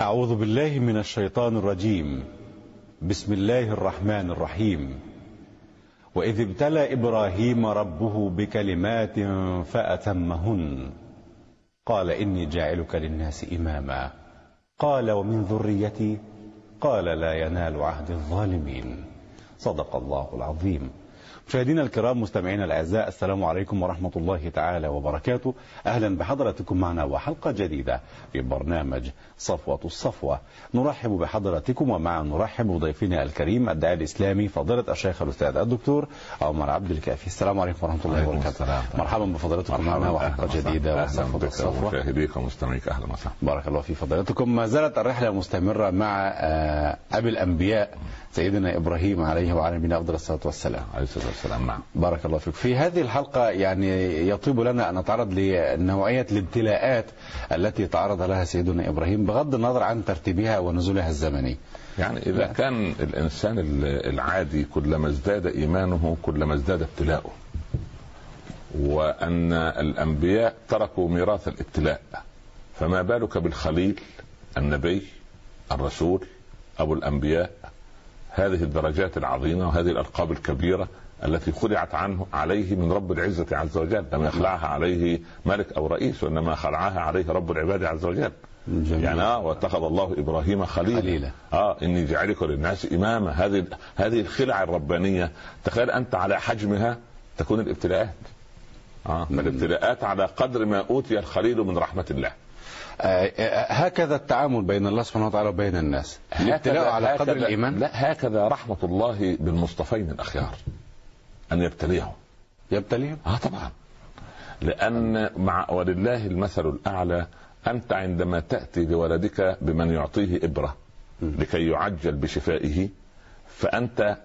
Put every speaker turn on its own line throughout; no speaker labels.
أعوذ بالله من الشيطان الرجيم بسم الله الرحمن الرحيم وإذ ابتلى إبراهيم ربه بكلمات فأتمهن قال إني جاعلك للناس إماما قال ومن ذريتي قال لا ينال عهد الظالمين صدق الله العظيم مشاهدينا الكرام مستمعينا الاعزاء السلام عليكم ورحمه الله تعالى وبركاته اهلا بحضراتكم معنا وحلقه جديده في برنامج صفوه الصفوه نرحب بحضراتكم ومع نرحب بضيفنا الكريم الداعي الاسلامي فضيله الشيخ الاستاذ الدكتور عمر عبد الكافي السلام عليكم ورحمه الله
وعليكم
وبركاته
السلام.
مرحبا بفضلاتكم
مرحبا
معنا
أهلاً
وحلقه
وسهلاً.
جديده
أهلاً
وصفوه
بك
الصفوه
ومشاهديك ومستمعيك اهلا وسهلا
بارك الله في فضيلتكم ما زالت الرحلة مستمرة مع آه، أبي الأنبياء سيدنا إبراهيم عليه وعلى نبينا أفضل الصلاة والسلام
عليه الصلاه والسلام نعم
بارك الله فيك في هذه الحلقة يعني يطيب لنا أن نتعرض لنوعية الابتلاءات التي تعرض لها سيدنا إبراهيم بغض النظر عن ترتيبها ونزولها الزمني
يعني اذا
لا.
كان الانسان ال- العادي كلما ازداد ايمانه كلما ازداد ابتلاؤه وان الانبياء تركوا ميراث الابتلاء فما بالك بالخليل النبي الرسول ابو الانبياء هذه الدرجات العظيمه وهذه الالقاب الكبيره التي خلعت عنه عليه من رب العزه عز وجل لم يخلعها عليه ملك او رئيس وانما خلعها عليه رب العباد عز وجل
جميل.
يعني آه واتخذ الله ابراهيم خليلا
خليلا.
اه اني جعلك للناس اماما هذه هذه الخلع الربانيه تخيل انت على حجمها تكون الابتلاءات اه فالابتلاءات على قدر ما اوتي الخليل من رحمه الله
آه، آه، هكذا التعامل بين الله سبحانه وتعالى وبين الناس الابتلاء
هكذا-
على قدر
هكذا-
الإيمان
لا هكذا رحمه الله بالمصطفين الاخيار ان يبتليهم
يبتليهم
اه طبعا لان مع ولله المثل الاعلى انت عندما تاتي لولدك بمن يعطيه ابره
مم.
لكي يعجل بشفائه فانت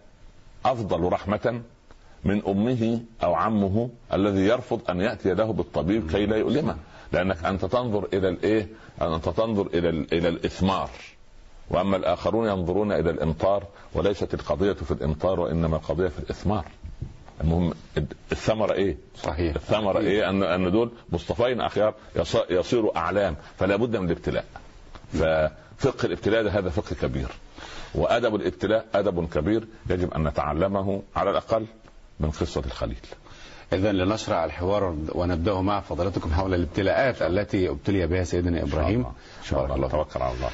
افضل رحمه من امه او عمه الذي يرفض ان ياتي له بالطبيب كي لا يؤلمه لانك انت تنظر الى الايه انت تنظر الى ال- الى الاثمار واما الاخرون ينظرون الى الامطار وليست القضيه في الامطار وانما القضيه في الاثمار المهم الثمره ايه
صحيح
الثمرة ايه ان ان دول مصطفين اخيار يص- يصيروا اعلام فلا بد من الابتلاء ففقه الابتلاء ده هذا فقه كبير وادب الابتلاء ادب كبير يجب ان نتعلمه على الاقل من قصه الخليل
إذا لنشرع الحوار ونبدأه مع فضلاتكم حول الابتلاءات التي ابتلي بها سيدنا إبراهيم
ان شاء الله توكل على الله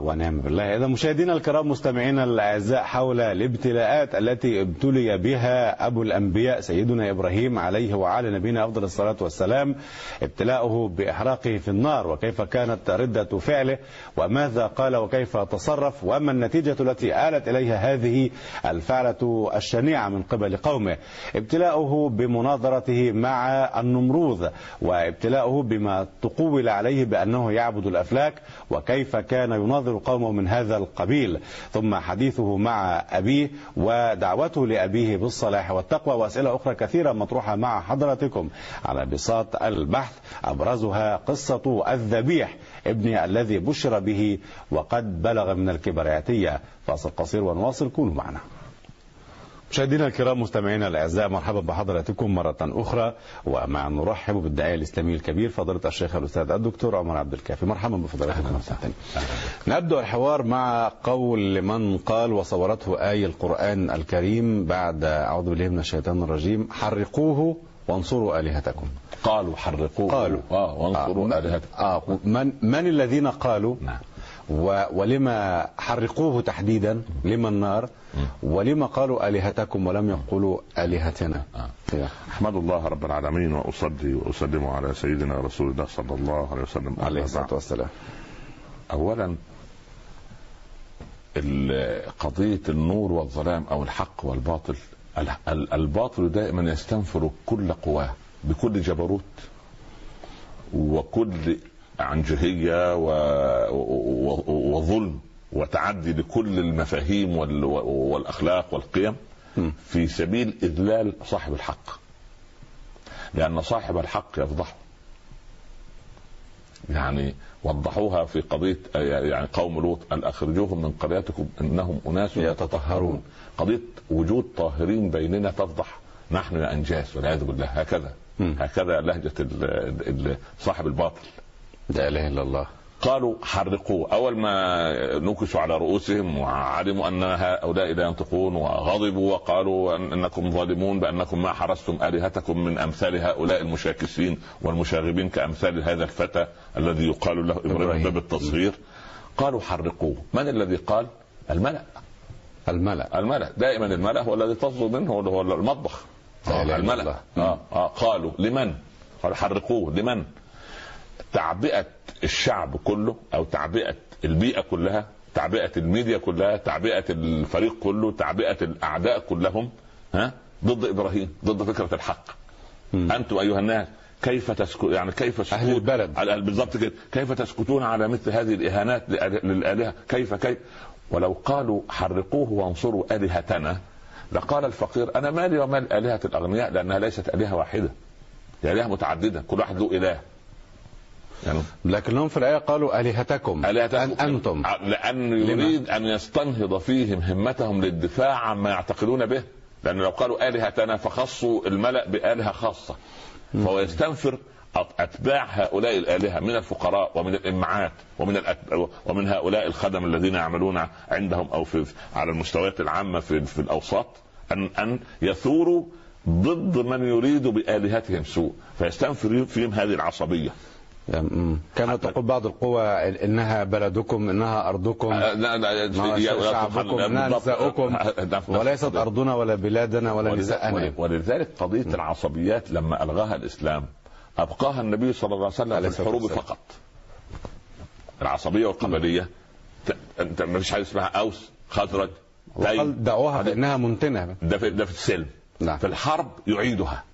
ونعم بالله إذا مشاهدينا الكرام مستمعينا الأعزاء حول الابتلاءات التي ابتلي بها أبو الأنبياء سيدنا إبراهيم عليه وعلى نبينا أفضل الصلاة والسلام ابتلاؤه بإحراقه في النار وكيف كانت ردة فعله وماذا قال وكيف تصرف وأما النتيجة التي آلت إليها هذه الفعلة الشنيعة من قبل قومه ابتلاؤه بمناظرته مع النمروذ وابتلاؤه بما تقول عليه بأنه يعبد الأفلاك وكيف كان يناظر قومه من هذا القبيل ثم حديثه مع أبيه ودعوته لأبيه بالصلاح والتقوى وأسئلة أخرى كثيرة مطروحة مع حضراتكم على بساط البحث أبرزها قصة الذبيح ابني الذي بشر به وقد بلغ من الكبر عتية فاصل قصير ونواصل كونوا معنا مشاهدينا الكرام مستمعينا الاعزاء مرحبا بحضراتكم مره اخرى ومع نرحب بالداعيه الاسلامي الكبير فضيله الشيخ الاستاذ الدكتور عمر عبد الكافي مرحبا بفضلاتكم مرة ثانية. نبدا الحوار مع قول من قال وصورته ايه القران الكريم بعد اعوذ بالله من الشيطان الرجيم حرقوه وانصروا الهتكم
قالوا حرقوه
قالوا.
اه وانصروا
آه،
الهتكم
آه من من الذين قالوا
نعم
و- ولما حرقوه تحديدا لما النار ولما قالوا آلهتكم ولم يقولوا آلهتنا
آه.
يا.
احمد الله رب العالمين واصلي واسلم على سيدنا رسول الله صلى الله عليه وسلم أما
عليه الصلاة
بعد.
والسلام
اولا ال- قضيه النور والظلام او الحق والباطل ال- ال- الباطل دائما يستنفر كل قواه بكل جبروت وكل عنجهيه و... و... و... وظلم وتعدي لكل المفاهيم وال... والاخلاق والقيم
مم.
في سبيل اذلال صاحب الحق لان صاحب الحق يفضحه يعني وضحوها في قضيه يعني قوم لوط ان اخرجوهم من قريتكم انهم اناس يتطهرون قضيه وجود طاهرين بيننا تفضح نحن يا انجاس والعياذ بالله هكذا
مم.
هكذا لهجه ال- ال- ال- صاحب الباطل
لا إله إلا الله
قالوا حرقوه اول ما نكشوا على رؤوسهم وعلموا ان هؤلاء لا ينطقون وغضبوا وقالوا أن- انكم ظالمون بانكم ما حرستم الهتكم من امثال هؤلاء المشاكسين والمشاغبين كامثال هذا الفتى الذي يقال له ابراهيم
إبراهيم.
باب التصغير قالوا حرقوه من الذي قال الملأ
الملأ
الملأ دائما الملأ هو الذي تصدر منه هو- هو المطبخ
لا إله إلا
الملأ
الله.
آه آه قالوا لمن قال حرقوه لمن تعبئة الشعب كله أو تعبئة البيئة كلها تعبئة الميديا كلها تعبئة الفريق كله تعبئة الأعداء كلهم ها ضد إبراهيم ضد فكرة الحق
مم.
أنتم أيها الناس كيف تسكت يعني كيف سكوت
أهل البلد.
على بالضبط كده كيف تسكتون على مثل هذه الإهانات لآل- للآلهة كيف كيف ولو قالوا حرقوه وانصروا آلهتنا لقال الفقير أنا مالي ومال آلهة الأغنياء لأنها ليست آلهة واحدة هي آلهة متعددة كل واحد له إله يعني
لكنهم في الآية قالوا آلهتكم آه.
آلهتكم
أن- أنتم
لأن يريد أن يستنهض فيهم همتهم للدفاع عما يعتقدون به لأن لو قالوا آلهتنا فخصوا الملأ بآلهة خاصة فهو يستنفر أت- أتباع هؤلاء الآلهة من الفقراء ومن الإمعات ومن الأت... ومن هؤلاء الخدم الذين يعملون عندهم أو في على المستويات العامة في, في الأوساط أن أن يثوروا ضد من يريد بآلهتهم سوء فيستنفر فيهم هذه العصبية
أمم. كما تقول بعض القوى إنها بلدكم إنها أرضكم
آه، لا لا
ما
يا- يا-
شعبكم،
بالضبط.
لا نساؤكم،
آه، نفس-
وليست
نفس-
أرضنا ولا بلادنا ولا نساءنا
ولذلك, ولذلك قضية العصبيات لما ألغاها الإسلام أبقاها النبي صلى الله عليه وسلم
عليه
في
الصلاة
الحروب
والسلام.
فقط العصبية والقبلية ت- أنت ما فيش حاجة اسمها أوس خزرج تيم
وقال دعوها بأنها منتنة
ده في, ده في السلم
نعم
في الحرب يعيدها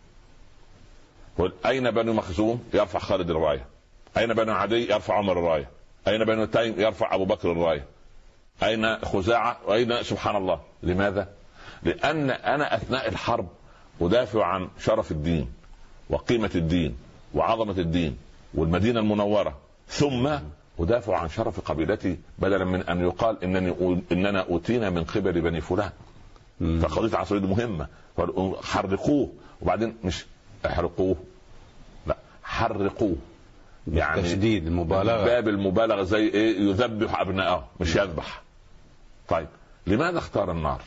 يقول أين بنو مخزوم يرفع خالد الراية أين بنو عدي يرفع عمر الراية أين بنو تيم يرفع أبو بكر الراية أين خزاعة وأين سبحان الله لماذا لأن أنا أثناء الحرب أدافع عن شرف الدين وقيمة الدين وعظمة الدين والمدينة المنورة ثم أدافع عن شرف قبيلتي بدلا من أن يقال إنني أو- إننا أوتينا من قبل بني فلان
مم.
فقضيه العصريه دي مهمه فقالوا حرقوه وبعدين مش احرقوه لا حرقوه يعني
تشديد مبالغة
باب المبالغه زي ايه يذبح ابنائه مش يذبح طيب لماذا اختار النار؟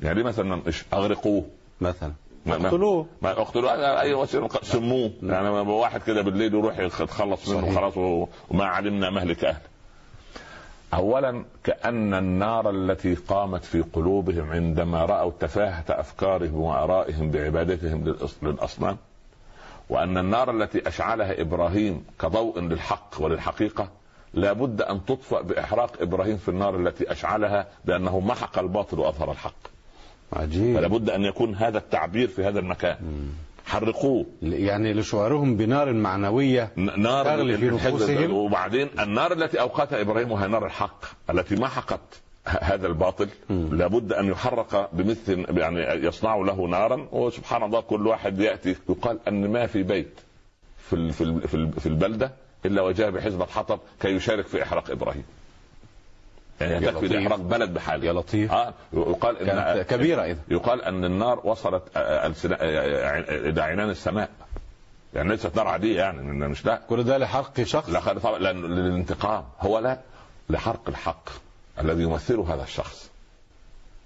يعني ليه مثلا مش اغرقوه
مثلا
ما- ما-
اقتلوه
ما اقتلوا على اي وسيله ق- سموه يعني ما- واحد كده بالليل يروح يتخلص منه
صحيح.
خلاص و- وما علمنا مهلك اهله اولا كان النار التي قامت في قلوبهم عندما راوا تفاهه افكارهم وارائهم بعبادتهم للأص- للاصنام وان النار التي اشعلها ابراهيم كضوء للحق وللحقيقه لابد ان تطفأ باحراق ابراهيم في النار التي اشعلها بانه محق الباطل واظهر الحق فلا
عجيب
بد ان يكون هذا التعبير في هذا المكان حرقوه
يعني لشعورهم بنار معنوية
ن- نار
تغلي في
الحزب-
نفوسهم.
وبعدين النار التي اوقاتها ابراهيم وهي نار الحق التي محقت ه- هذا الباطل
مم.
لابد ان يحرق بمثل يعني يصنع له نارا وسبحان الله كل واحد ياتي يقال ان ما في بيت في ال- في ال- في ال- في البلده الا وجاء بحزمه حطب كي يشارك في احراق ابراهيم
يا
يعني يكفي
لطيف.
احراق بلد بحاله
يا لطيف آه.
اه يقال ان
كانت كبيرة إذا
يقال ان النار وصلت آه، آه، ألسنا- آه، آه، الى عنان السماء يعني ليست نار عاديه يعني إن مش لا
كل ده لحق شخص
لا خير طبعا لأن- للانتقام هو لا لحرق الحق الذي يمثله هذا الشخص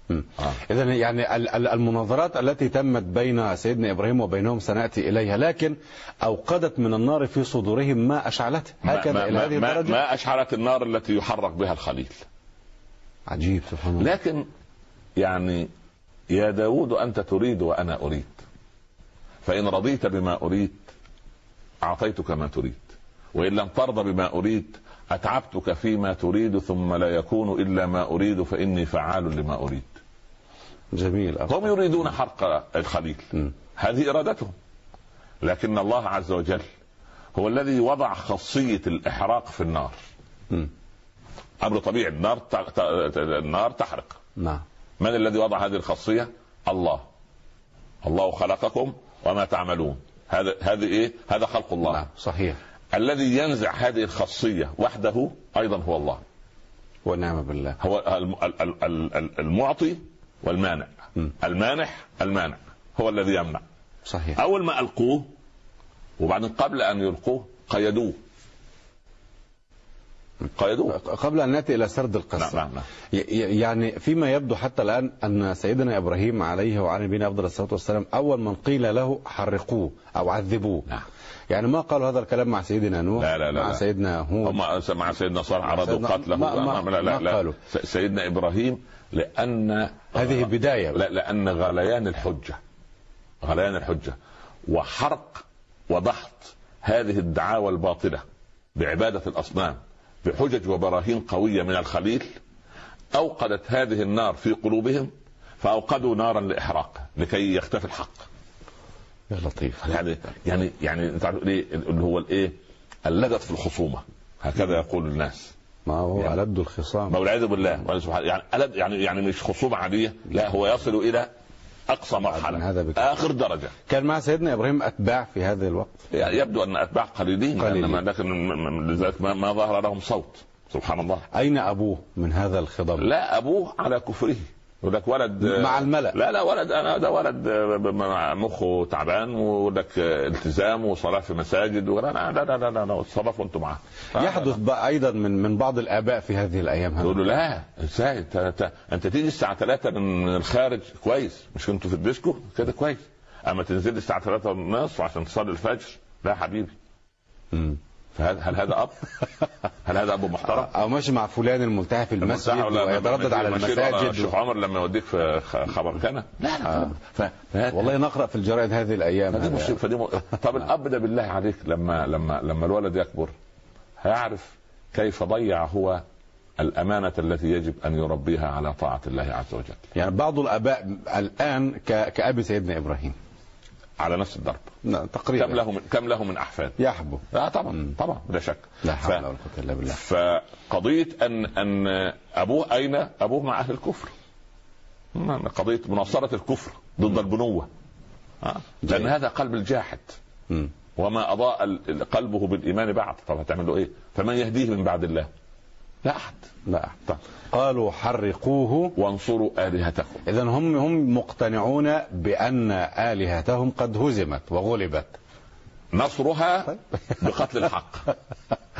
مم.
آه.
إذا يعني ال- ال- المناظرات التي تمت بين سيدنا إبراهيم وبينهم سنأتي إليها لكن أوقدت من النار في صدورهم ما أشعلته
ما,
هكذا
ما,
إلى
ما,
هذه
ما,
الدرجة
ما اشعلت النار التي يحرق بها الخليل
عجيب سبحان الله
لكن يعني يا داود أنت تريد وأنا أريد فإن رضيت بما أريد أعطيتك ما تريد وإن لم ترضى بما أريد أتعبتك فيما تريد ثم لا يكون إلا ما أريد فإني فعال لما أريد
جميل
هم يريدون حرق الخليل
مم.
هذه إرادتهم لكن الله عز وجل هو الذي وضع خاصية الإحراق في النار
مم.
أمر طبيعي النار تع- تع- النار تحرق
نعم
من الذي وضع هذه الخاصيه؟ الله. الله خلقكم وما تعملون. هذا هذه ايه؟ هذا خلق الله.
نعم صحيح
الذي ينزع هذه الخاصيه وحده ايضا هو الله.
ونعم بالله
هو الم- ال- ال- ال- ال- المعطي والمانع.
مم.
المانح المانع هو الذي يمنع.
صحيح
اول ما القوه وبعدين قبل ان يلقوه قيدوه. قيدوه
قبل ان ناتي الى سرد القصه
نعم نعم نعم.
ي- ي- يعني فيما يبدو حتى الآن أن سيدنا إبراهيم عليه وعلى نبينا أفضل الصلاة والسلام أول من قيل له حرقوه أو عذبوه
نعم.
يعني ما قالوا هذا الكلام مع سيدنا نوح
لا- لا- لا-
مع
لا.
سيدنا هود
هم مع سيدنا صالح
مع
عرضوا
سيدنا-
قتله
ما- ما-
لا لا
ما قالوا.
لا س- سيدنا ابراهيم لان
هذه بداية
لا لان غليان الحجه غليان الحجه وحرق ودحض هذه الدعاوى الباطله بعباده الاصنام بحجج وبراهين قويه من الخليل اوقدت هذه النار في قلوبهم فاوقدوا نارا لاحراق لكي يختفي الحق
يا لطيف
يعني يعني يعني انت عارف ليه اللي هو الايه اللغط في الخصومه هكذا يقول الناس
ما هو
يعني-
ألد الخصام
ما والعياذ بالله ولا سبحان يعني ألد يعني يعني مش خصومه عاديه لا هو يصل الى اقصى
من
مرحله
هذا بك-
اخر درجه
كان مع سيدنا إبراهيم أتباع في هذا الوقت
يعني يبدو ان اتباع قليلين
قليلين.
انما لكن م- م- لذلك ما, ما ظهر لهم صوت سبحان الله
أين أبوه من هذا الخضم
لا ابوه على كفره يقول لك ولد
مع الملأ.
لا لا ولد انا ده ولد آه، ب- ب- مخه تعبان ويقول لك آه، التزام وصلاه في مساجد ولا لا لا لا لا, لا, لا اتصرفوا انتم معاه لا، لا، لا.
يحدث بقى أيضا من من بعض الآباء في هذه الأيام هذا
يقول له لا ازاي انت انت- انت تيجي الساعه 3 من من الخارج كويس مش كنتوا في الديسكو كده كويس اما تنزل الساعه 3 ونص عشان تصلي الفجر لا حبيبي
مم.
فهل هل هذا اب؟ هل هذا اب محترم؟
أو ماشي مع فلان الملتهى في المسجد آه، ويتردد على
الشيخ
المساجد آه.
عمر لما يوديك في خ- خبركنه لا لا ف... ف...
والله نقرأ في الجرائد هذه الأيام
فدي
هذا.
مش فدي م... طب الاب ده بالله عليك لما لما لما الولد يكبر هيعرف كيف ضيع هو الامانه التي يجب ان يربيها على طاعه الله عز وجل
يعني بعض الاباء الان ك- كاب سيدنا ابراهيم
على نفس الضرب
لا تقريبا
كم له من كم له من احفاد
يحبو
اه
مم.
طبعا طبعا بلا شك
لا
ف...
حول ولا قوه الا بالله
فقضيه ان ان ابوه اين ابوه مع اهل الكفر مم، قضيه مناصره الكفر ضد البنوه آه. لان
جيد.
هذا قلب الجاحد
مم.
وما اضاء ال- ال- قلبه بالايمان بعد طب هتعمل له ايه فمن يهديه من بعد الله لا احد
لا طيب.
طب.
قالوا حرقوه
وانصروا الهتكم
اذا هم هم مقتنعون بان الهتهم قد هزمت وغلبت
نصرها بقتل الحق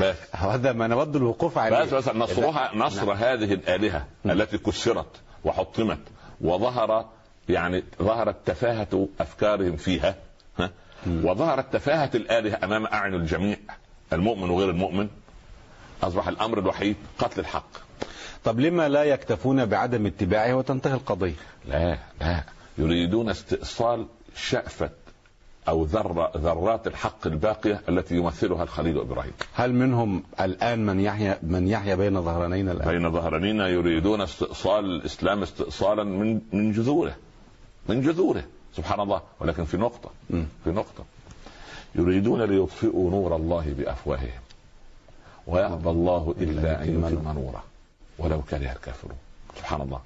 بس
هذا ما نود الوقوف عليه
بس بس نصرها نصر هذه الالهه التي كسرت وحطمت وظهر يعني ظهرت تفاهه افكارهم فيها ها؟ وظهرت تفاهه الالهه امام اعين الجميع المؤمن وغير المؤمن اصبح الامر الوحيد قتل الحق
طب لما لا يكتفون بعدم اتباعه وتنتهي القضيه
لا لا يريدون استئصال شأفة أو ذرة ذرات الحق الباقية التي يمثلها الخليل إبراهيم
هل منهم الان من يحيى من يحيى بين ظهرانينا الان
بين ظهرانينا يريدون استئصال الإسلام استئصالا من من جذوره من جذوره سبحان الله ولكن في نقطة
مم.
في نقطة يريدون ليطفئوا نور الله بأفواههم ويأبى الله إلا أن يتم نوره ولو كره الكافرون سبحان الله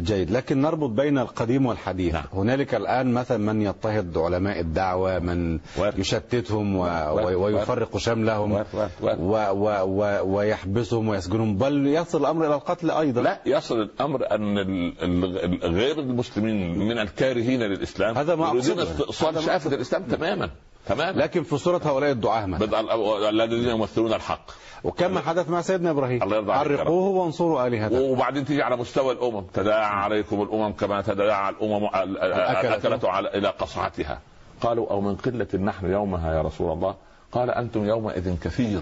جيد لكن نربط بين القديم والحديث
نعم.
هنالك الان مثلا من يضطهد علماء الدعوه من
وارد.
يشتتهم و...
وارد.
و... ويفرق شملهم
وارد. وارد. وارد.
و... و... و... ويحبسهم ويسجنهم بل يصل الامر الى القتل ايضا
لا يصل الامر ان ال- ال- ال- غير المسلمين من الكارهين للاسلام
هذا ما
يريدون
أقصده.
استئصال شافه الاسلام تماما تماما
لكن في صوره هؤلاء الدعاه مثلا
بدء ال- الذين يمثلون الحق
وكما حدث مع سيدنا ابراهيم
الله يرضى عليك يا رب.
حرقوه وانصروا الهتكم
وبعدين تيجي على مستوى الامم تداعى عليكم الامم كما تداعى الامم ال- ال-
الأكلة.
الاكله على الى قصعتها قالوا او من قله نحن يومها يا رسول الله قال انتم يومئذ كثير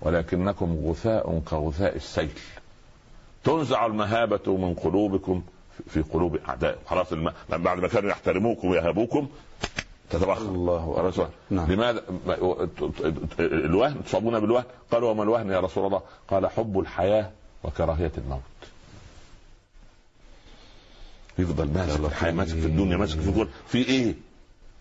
ولكنكم غثاء كغثاء السيل تنزع المهابه من قلوبكم في قلوب اعدائكم خلاص الم... بعد ما كانوا يحترموكم ويهابوكم تتبخر
الله
يا رسول
اكبر
الله.
نعم
لماذا ما- الوهن تصابون بالوهن قالوا وما الوهن يا رسول الله قال حب الحياة وكراهية الموت يفضل ماسك في الحياة ماسك في الدنيا ماسك في كل في ايه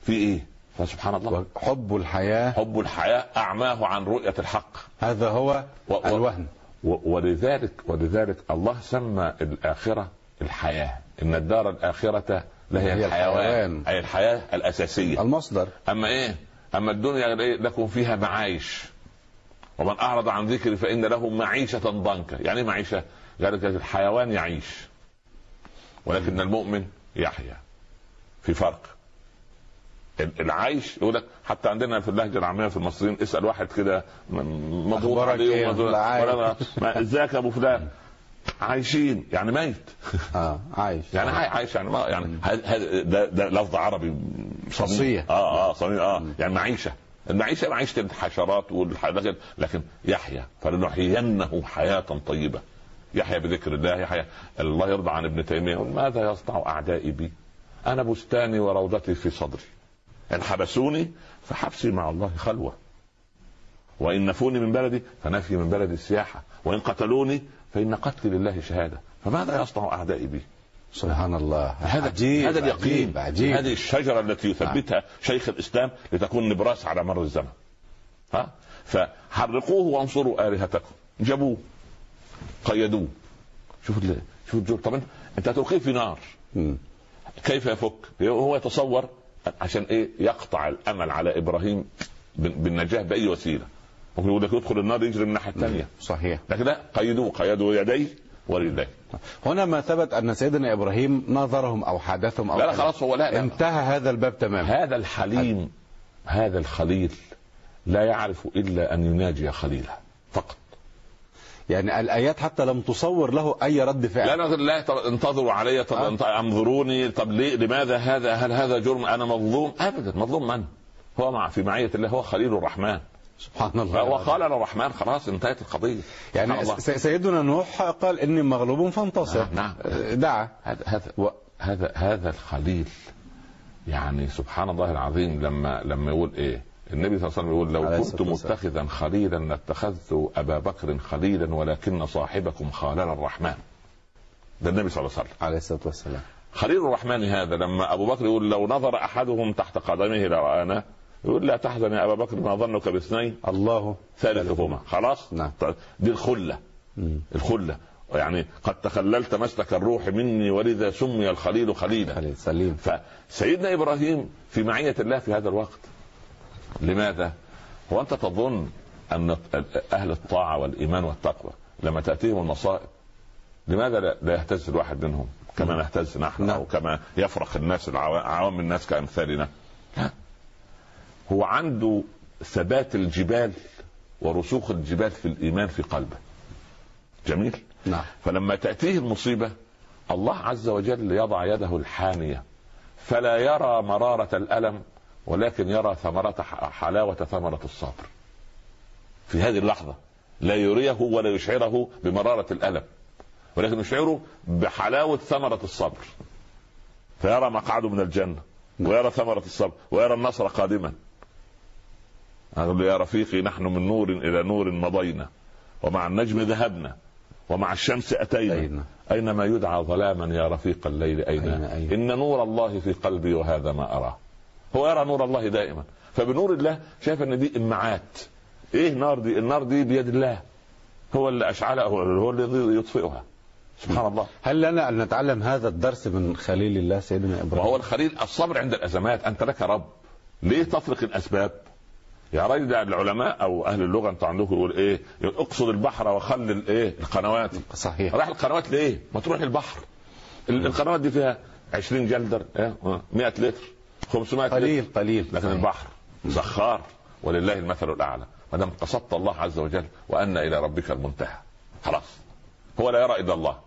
في ايه فسبحان الله
حب الحياه
حب الحياة أعماه عن رؤية الحق
هذا هو
و- و-
الوهن
و- ولذلك ولذلك الله سمى الآخرة الحياة إن الدار الآخرة لهي
هي
الحيوان
الحيوان.
أي الحياة الأساسية
المصدر
اما ايه اما الدنيا إيه؟ لكم فيها معايش ومن اعرض عن ذكري فان له معيشه ضنكا يعني ايه معيشه قال لك الحيوان يعيش ولكن المؤمن يحيا في فرق العيش يقول لك حتى عندنا في اللهجه العاميه في المصريين اسال واحد كده م- مضغوط
أخبارك إيه؟
عليه ومضغوط-
العيش.
ولا- ما- ازيك يا ابو فلان عايشين يعني ميت
اه عايش
يعني عاي- عايش يعني ما يعني هل هل ده, ده لفظ عربي صميم.
فصيح.
اه اه صميم اه يعني معيشه المعيشه معيشه الحشرات والحاجات لكن يحيى فلنحيينه حياه طيبه يحيى بذكر الله يحيى الله يرضى عن ابن تيميه يقول ماذا يصنع اعدائي بي؟ انا بستاني وروضتي في صدري ان حبسوني فحبسي مع الله خلوه وان نفوني من بلدي فنفي من بلدي السياحه وان قتلوني فان قتلي لله شهاده فماذا يصنع اعدائي بي؟
سبحان الله
هذا
عجيب
هذا اليقين
عجيب, عجيب.
هذه الشجره التي يثبتها شيخ الاسلام لتكون نبراس على مر الزمن ها فحرقوه وانصروا الهتكم جابوه قيدوه شوفوا ال- شوفوا الجو طب انت انت هتلقيه في نار
مم.
كيف يفك؟ هو يتصور عشان ايه يقطع الامل على ابراهيم بال- بالنجاه باي وسيله ممكن يقول لك يدخل النار يجري من الناحيه الثانيه
صحيح
لكن لا قيدوه قيدوا يديه ورجليه
هنا ما ثبت ان سيدنا ابراهيم ناظرهم او حدثهم او
لا لا
حدث.
خلاص هو لا, لا.
انتهى هذا الباب تماما
هذا الحليم هذا الخليل لا يعرف الا ان يناجي خليله فقط
يعني الايات حتى لم تصور له اي رد فعل
لا نظر لا طب انتظروا علي طب
آه.
انت- انظروني طب ليه لماذا هذا هل هذا جرم انا مظلوم ابدا مظلوم من هو مع في معية الله هو خليل الرحمن
سبحان الله
هو خالل الرحمن خلاص انتهت القضية سبحان
يعني
الله.
س- سيدنا نوح قال اني مغلوب فانتصر
نعم، نعم.
دعا
هذا هذا و- هذا هذا الخليل يعني سبحان الله العظيم لما لما يقول ايه النبي صلى الله عليه وسلم يقول
عليه
لو كنت
الصلاة والسلام.
متخذا خليلا لاتخذت ابا بكر خليلا ولكن صاحبكم خالل الرحمن ده النبي صلى الله عليه وسلم
عليه الصلاه والسلام
خليل الرحمن هذا لما ابو بكر يقول لو نظر احدهم تحت قدمه لرانا يقول لا تحزن يا ابا بكر ما ظنك باثنين
الله
ثالثهما خلاص
نعم.
طيب، دي الخله
مم.
الخله يعني قد تخللت مسلك الروح مني ولذا سمي الخليل
خليل
خليلا
يعني سليم
فسيدنا ابراهيم في معيه الله في هذا الوقت لماذا هو انت تظن ان اهل الطاعه والايمان والتقوى لما تاتيهم المصائب لماذا لا لا يهتز الواحد منهم كما نهتز نحن
نعم.
او كما يفرح الناس العوا- عوام الناس كامثالنا لا. هو عنده ثبات الجبال ورسوخ الجبال في الايمان في قلبه جميل
نعم
فلما تأتيه المصيبة الله عز وجل يضع يده الحانية فلا يرى مرارة الألم ولكن يرى ثمرة ح- حلاوة ثمرة الصبر في هذه اللحظة لا يريه ولا يشعره بمرارة الألم ولكن يشعره بحلاوة ثمرة الصبر فيرى مقعده من الجنة ويرى ثمرة الصبر ويرى النصر قادما أقول له يا رفيقي نحن من نور إلى نور مضينا ومع النجم ذهبنا ومع الشمس أتينا
أين
أينما يدعى ظلاما يا رفيق الليل أين,
أين-
أين,
أين؟
إن نور الله في قلبي وهذا ما أراه هو يرى نور الله دائما فبنور الله شايف أن دي إمعات إيه نار دي النار دي بيد الله هو اللي أشعلها هو- هو الذي يطفئها سبحان الله
هل لنا ان نتعلم هذا الدرس من خليل الله سيدنا ابراهيم
وهو الخليل الصبر عند الأزمات أنت لك رب ليه تترك الأسباب يا راجل ده العلماء او اهل اللغه انتوا عندكم يقول ايه؟ يقول اقصد البحر وخل الايه؟ القنوات
صحيح
راح القنوات ليه؟ ما تروح البحر ال- القنوات دي فيها 20 جلدر إيه؟ آه، 100 لتر 500 لتر
قليل قليل
لكن
صحيح.
البحر زخار ولله المثل الاعلى ما دام قصدت الله عز وجل وان الى ربك المنتهى خلاص هو لا يرى الا الله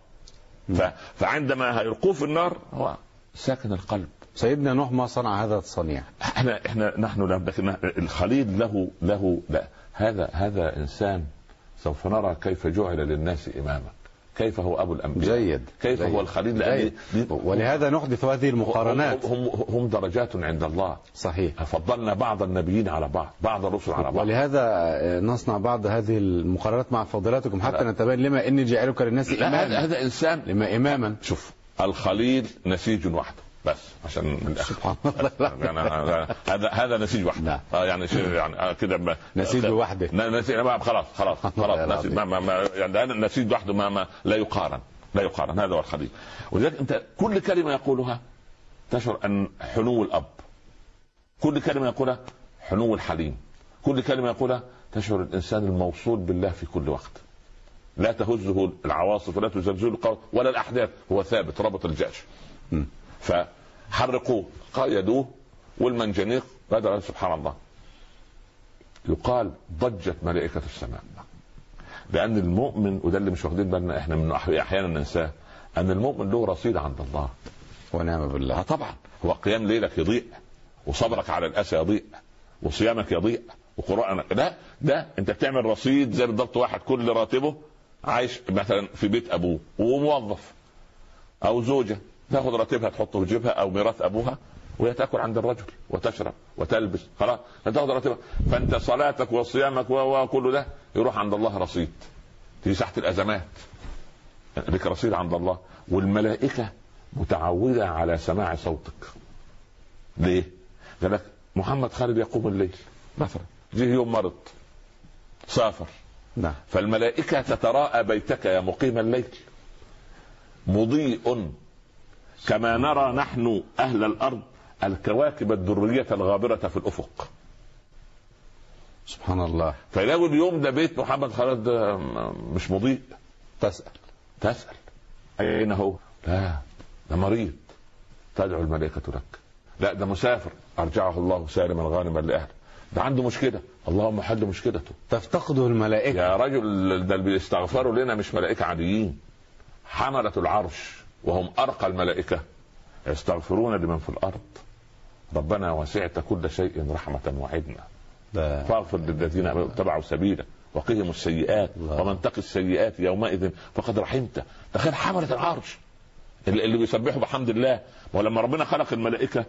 ف... فعندما هيلقوه في النار هو ساكن القلب
سيدنا نوح ما صنع هذا الصنيع
احنا احنا نحن لا- لكن الخليل له له لا هذا هذا انسان سوف نرى كيف جعل للناس اماما كيف هو ابو الانبياء
جيد
كيف
جيد.
هو الخليل لأن
جيد.
دي-
ولهذا نحدث هذه المقارنات
هم, هم, هم درجات عند الله
صحيح
فضلنا بعض النبيين على بعض بعض الرسل على بعض
ولهذا آه، نصنع بعض هذه المقارنات مع فضيلتكم حتى
لا.
نتبين لما اني جاعلك للناس
لا هذا,
اماما
هذا انسان
لما اماما
شوف الخليل نسيج وحده بس عشان الأخ-
سبحان الله
يعني أنا- أنا- هذا هذا نسيج
نعم.
وحده آه يعني شيء يعني آه كده ما-
نسيج وحده.
ن- نسيج ما- خلاص خلاص خلاص
الله
نسيج ما ما ما يعني هذا النسيج وحده ما, ما لا يقارن لا يقارن هذا هو الخليل ولذلك انت كل كلمه يقولها تشعر ان حنو الاب كل كلمه يقولها حنو الحليم كل كلمه يقولها تشعر الانسان الموصول بالله في كل وقت لا تهزه العواصف ولا تزلزله القوم ولا الاحداث هو ثابت ربط الجأش
مم.
فحرقوه قيدوه والمنجنيق بدأ سبحان الله يقال ضجت ملائكة السماء لأن المؤمن وده اللي مش واخدين بالنا احنا من أح- أحيانا ننساه أن المؤمن له رصيد عند الله
ونعم
لا
بالله
طبعا هو قيام ليلك يضيء وصبرك على الاسى يضيء وصيامك يضيء وقرانك لا ده انت بتعمل رصيد زي بالضبط واحد كل راتبه عايش مثلا في بيت ابوه وموظف او زوجه تاخذ راتبها تحطه في جيبها او ميراث ابوها وهي تاكل عند الرجل وتشرب وتلبس خلاص تاخذ راتبها فانت صلاتك وصيامك و- وكل ده يروح عند الله رصيد في ساحه الازمات لك رصيد عند الله والملائكه متعودة على سماع صوتك ليه؟ قال لك محمد خالد يقوم الليل مثلا جه يوم مرض سافر
نعم
فالملائكة تتراءى بيتك يا مقيم الليل مضيء كما نرى نحن أهل الأرض الكواكب الدرية الغابرة في الأفق
سبحان الله
فيلاقوا اليوم ده بيت محمد خالد ده مش مضيء
تسأل
تسأل أين هو؟ لا ده مريض تدعو الملائكة لك لا ده مسافر أرجعه الله سالما غانما لأهله ده عنده مشكلة اللهم حل مشكلته
تفتقده الملائكة
يا رجل ده اللي بيستغفروا لنا مش ملائكة عاديين حملة العرش وهم أرقى الملائكة يستغفرون لمن في الأرض ربنا وسعت كل شيء رحمة وعلما
ده
فاغفر للذين اتبعوا سبيلك وقهم السيئات
الله.
ومن تقي السيئات يومئذ فقد رحمته تخيل حملة العرش اللي اللي بيسبحوا بحمد الله ولما ربنا خلق الملائكة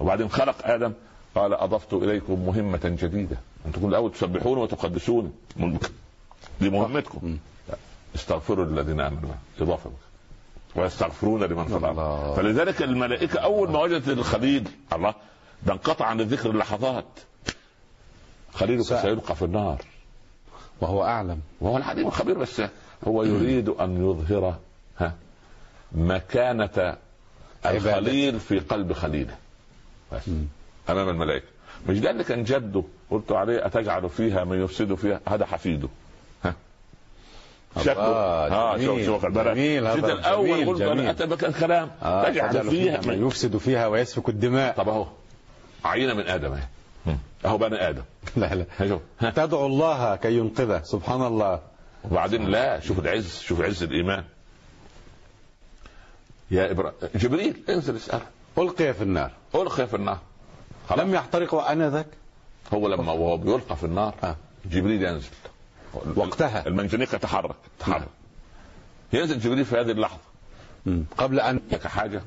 وبعدين خلق آدم قال أضفت إليكم مهمة جديدة أن تكونوا الأول تسبحون وتقدسون دي مهمتكم
مم.
استغفروا للذين آمنوا إضافة ويستغفرون لمن في
الله.
الأرض فلذلك الملائكة أول ما وجدت الخليل الله ده انقطع عن الذكر لحظات خليلك
ساعة.
سيلقى في النار
وهو أعلم
وهو الحليم الخبير بس هو يريد ان يظهر ها مكانة
عبادة.
الخليل في قلب خليله بس
مم.
امام الملائكه مش ده اللي كان جده قلت عليه اتجعل فيها من يفسد فيها هذا حفيده ها شكله
الله،
اه شوف
جميل،
شوف بالك.
جميل هذا،
جيت الاول
جميل،
قلت
جميل.
انا اتى بك الكلام
آه
تجعل
تجعل
فيها من
من يفسد فيها ويسفك الدماء
طب اهو عينه من ادم اهي اهو بني ادم
لا لا
ها شوف ها
تدعو الله كي ينقذه سبحان الله
وبعدين لا شوف العز شوف عز الايمان يا ابراهيم جبريل انزل اسال
ألقي في النار
القي في النار خلاص.
لم يحترق وأنذك
هو لما وهو بيلقى في النار
آه.
جبريل ينزل
وقتها.
المنجنيق يتحرك
نعم.
تحرك ينزل جبريل في هذه اللحظه
مم. قبل أن
لك حاجه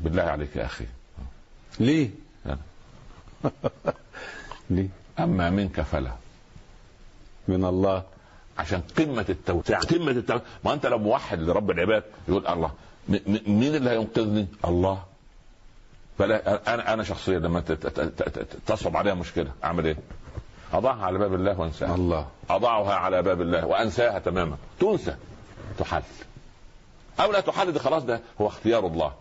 بالله عليك يا اخي
ليه
نعم.
ليه
اما منك فلا
من الله
عشان قمه التوسعه قمه التوسعه ما انت لو موحد لرب العباد يقول الله م- م- مين اللي هينقذني؟ الله فلا انا انا شخصيا لما ت- ت- ت- ت- تصعب عليها مشكله اعمل ايه؟ اضعها على باب الله وانساها
الله
اضعها على باب الله وانساها تماما تنسى تحل او لا تحل دي خلاص ده هو اختيار الله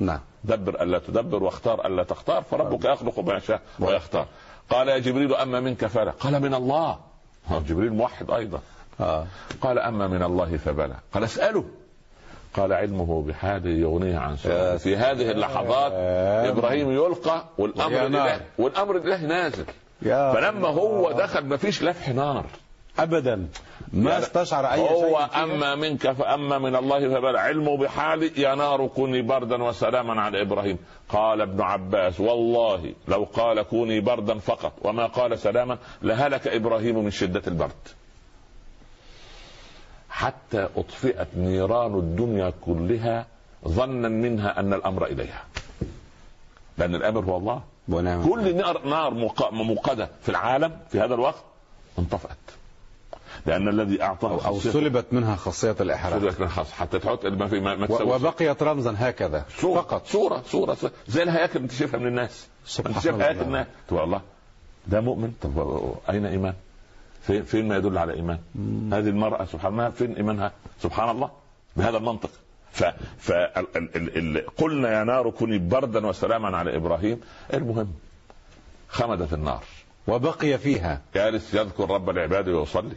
نعم
دبر الا تدبر واختار الا تختار فربك يخلق ما يشاء ويختار قال يا جبريل اما منك فلا قال من الله هو جبريل موحد ايضا
آه.
قال أما من الله فبلى قال اسأله قال علمه بحاله يغنيه عن سؤاله
يا
آه، في هذه اللحظات
سلام.
إبراهيم يلقى والأمر
ويا نار.
لله والأمر لله نازل
يا
فلما هو دخل ما فيش لفح نار
أبدا ما
يعني
استشعر أي شيء
هو
فيها.
أما منك فأما من الله فبلى علمه بحاله يا نار كوني بردا وسلاما على إبراهيم قال ابن عباس والله لو قال كوني بردا فقط وما قال سلاما لهلك إبراهيم من شدة البرد حتى أطفئت نيران الدنيا كلها ظنا منها أن الأمر إليها لأن الأمر هو الله
ونعم
كل نار نار موق- موقدة في العالم في هذا الوقت انطفأت لأن الذي أعطاه
أو
خاصية-
سلبت منها خاصية الإحراق
سلبت من خاص حتى تحط ما في ما, ما
و-
تسويش.
وبقيت رمزا هكذا
صورة
فقط
صورة صورة صورة. زي الهياكل اللي تشوفها من الناس
سبحان
تشوفها هياكل
الله.
الناس تقول الله ده مؤمن طب أين إيمان؟ فين فين ما يدل على إيمان؟ هذه المرأة سبحان الله فين إيمانها؟ سبحان الله بهذا المنطق ف, ف ال ال ال ال قلنا يا نار كوني بردا وسلاما على إبراهيم المهم خمدت النار
وبقي فيها
جالس يذكر رب العباد ويصلي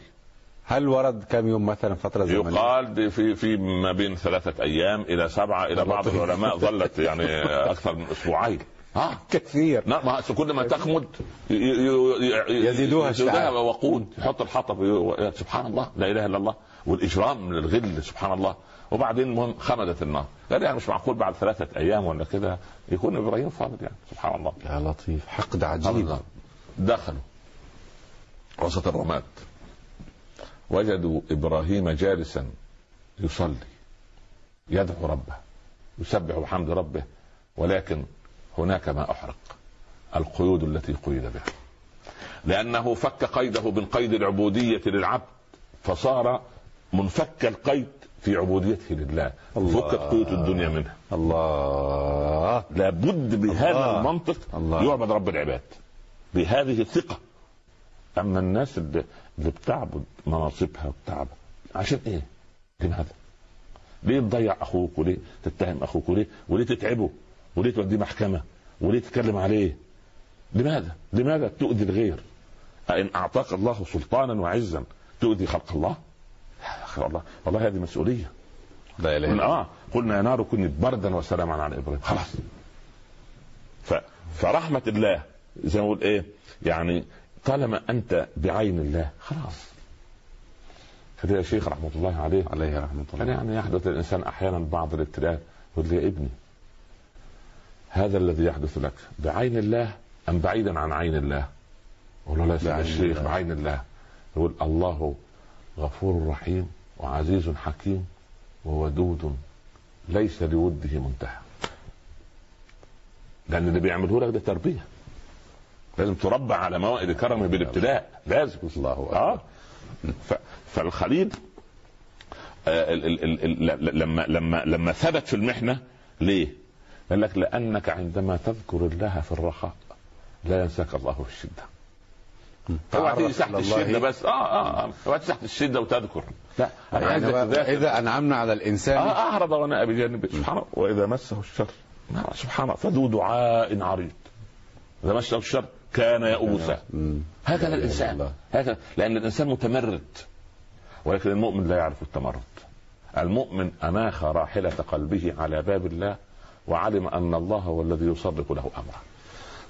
هل ورد كم يوم مثلا فترة زمنية
يقال دي في في ما بين ثلاثة أيام إلى سبعة إلى بعض
لطيف.
العلماء ظلت يعني أكثر من أسبوعين اه
كثير
لا ما أصل كل ما تخمد ي- ي- ي-
يزيدوها
يزيدوها
الشعاب.
وقود يحط الحطب ي- سبحان الله لا اله الا الله والاجرام من الغل سبحان الله وبعدين المهم خمدت النار قال يعني مش معقول بعد ثلاثه ايام ولا كده يكون ابراهيم فاضل يعني سبحان الله
يا لطيف حقد
الله
عجيب
دخلوا وسط الرماد وجدوا ابراهيم جالسا يصلي يدعو ربه يسبح بحمد ربه ولكن هناك ما احرق القيود التي قيد بها لانه فك قيده من قيد العبوديه للعبد فصار منفك القيد في عبوديته لله
الله.
فكت قيود الدنيا منها
الله
لابد بهذا
الله.
المنطق
الله.
يعبد رب العباد بهذه الثقه اما الناس اللي, اللي بتعبد مناصبها بتعبد عشان ايه؟ لماذا؟ ليه تضيع اخوك وليه تتهم اخوك وليه وليه تتعبه وليه توديه محكمه وليه تتكلم عليه لماذا؟ لماذا تؤذي الغير؟ أإن أعطاك الله سلطانا وعزا تؤذي خلق الله؟ يا أخي والله والله هذه مسؤولية
لا اله
قلنا
الا
اه قلنا يا نار كوني بردا وسلاما على ابراهيم خلاص ف... فرحمه الله زي ما نقول ايه يعني طالما انت بعين الله خلاص كده يا شيخ رحمه الله عليه
عليه رحمه
كان
الله
يعني يحدث الانسان احيانا بعض الابتلاء يقول لي يا ابني هذا الذي يحدث لك بعين الله ام بعيدا عن عين الله؟ اقول له لا يا سيدي
بعين
الشيخ
الله.
بعين الله يقول الله غفور رحيم وعزيز حكيم وودود ليس لوده منتهى لان اللي بيعمله لك ده تربيه لازم تربى على موائد كرمه بالابتلاء لازم
الله أكبر.
اه ف- فالخليل آه، ال- ال- ال- ال- ل- ل- لما لما لما ثبت في المحنه ليه؟ قال لك لانك عندما تذكر الله في الرخاء لا ينساك الله في الشده. اوعى تيجي
تعرف
تحت
إلى الله.
الشده بس اه اه اه اوعى تيجي تحت الشده وتذكر. لا انا
يعني
عايزك
بقى-
تذاكر
اذا انعمنا على الانسان
آه اعرض وناء بجانبه سبحان الله واذا مسه الشر نعم، سبحان الله فذو دعاء عريض اذا مسه الشر كان يئوسا
مم.
هكذا
لا إله إلا
الانسان
الله.
هكذا لان الانسان متمرد ولكن المؤمن لا يعرف التمرد المؤمن اناخ راحله قلبه على باب الله وعلم ان الله هو الذي يصدق له امره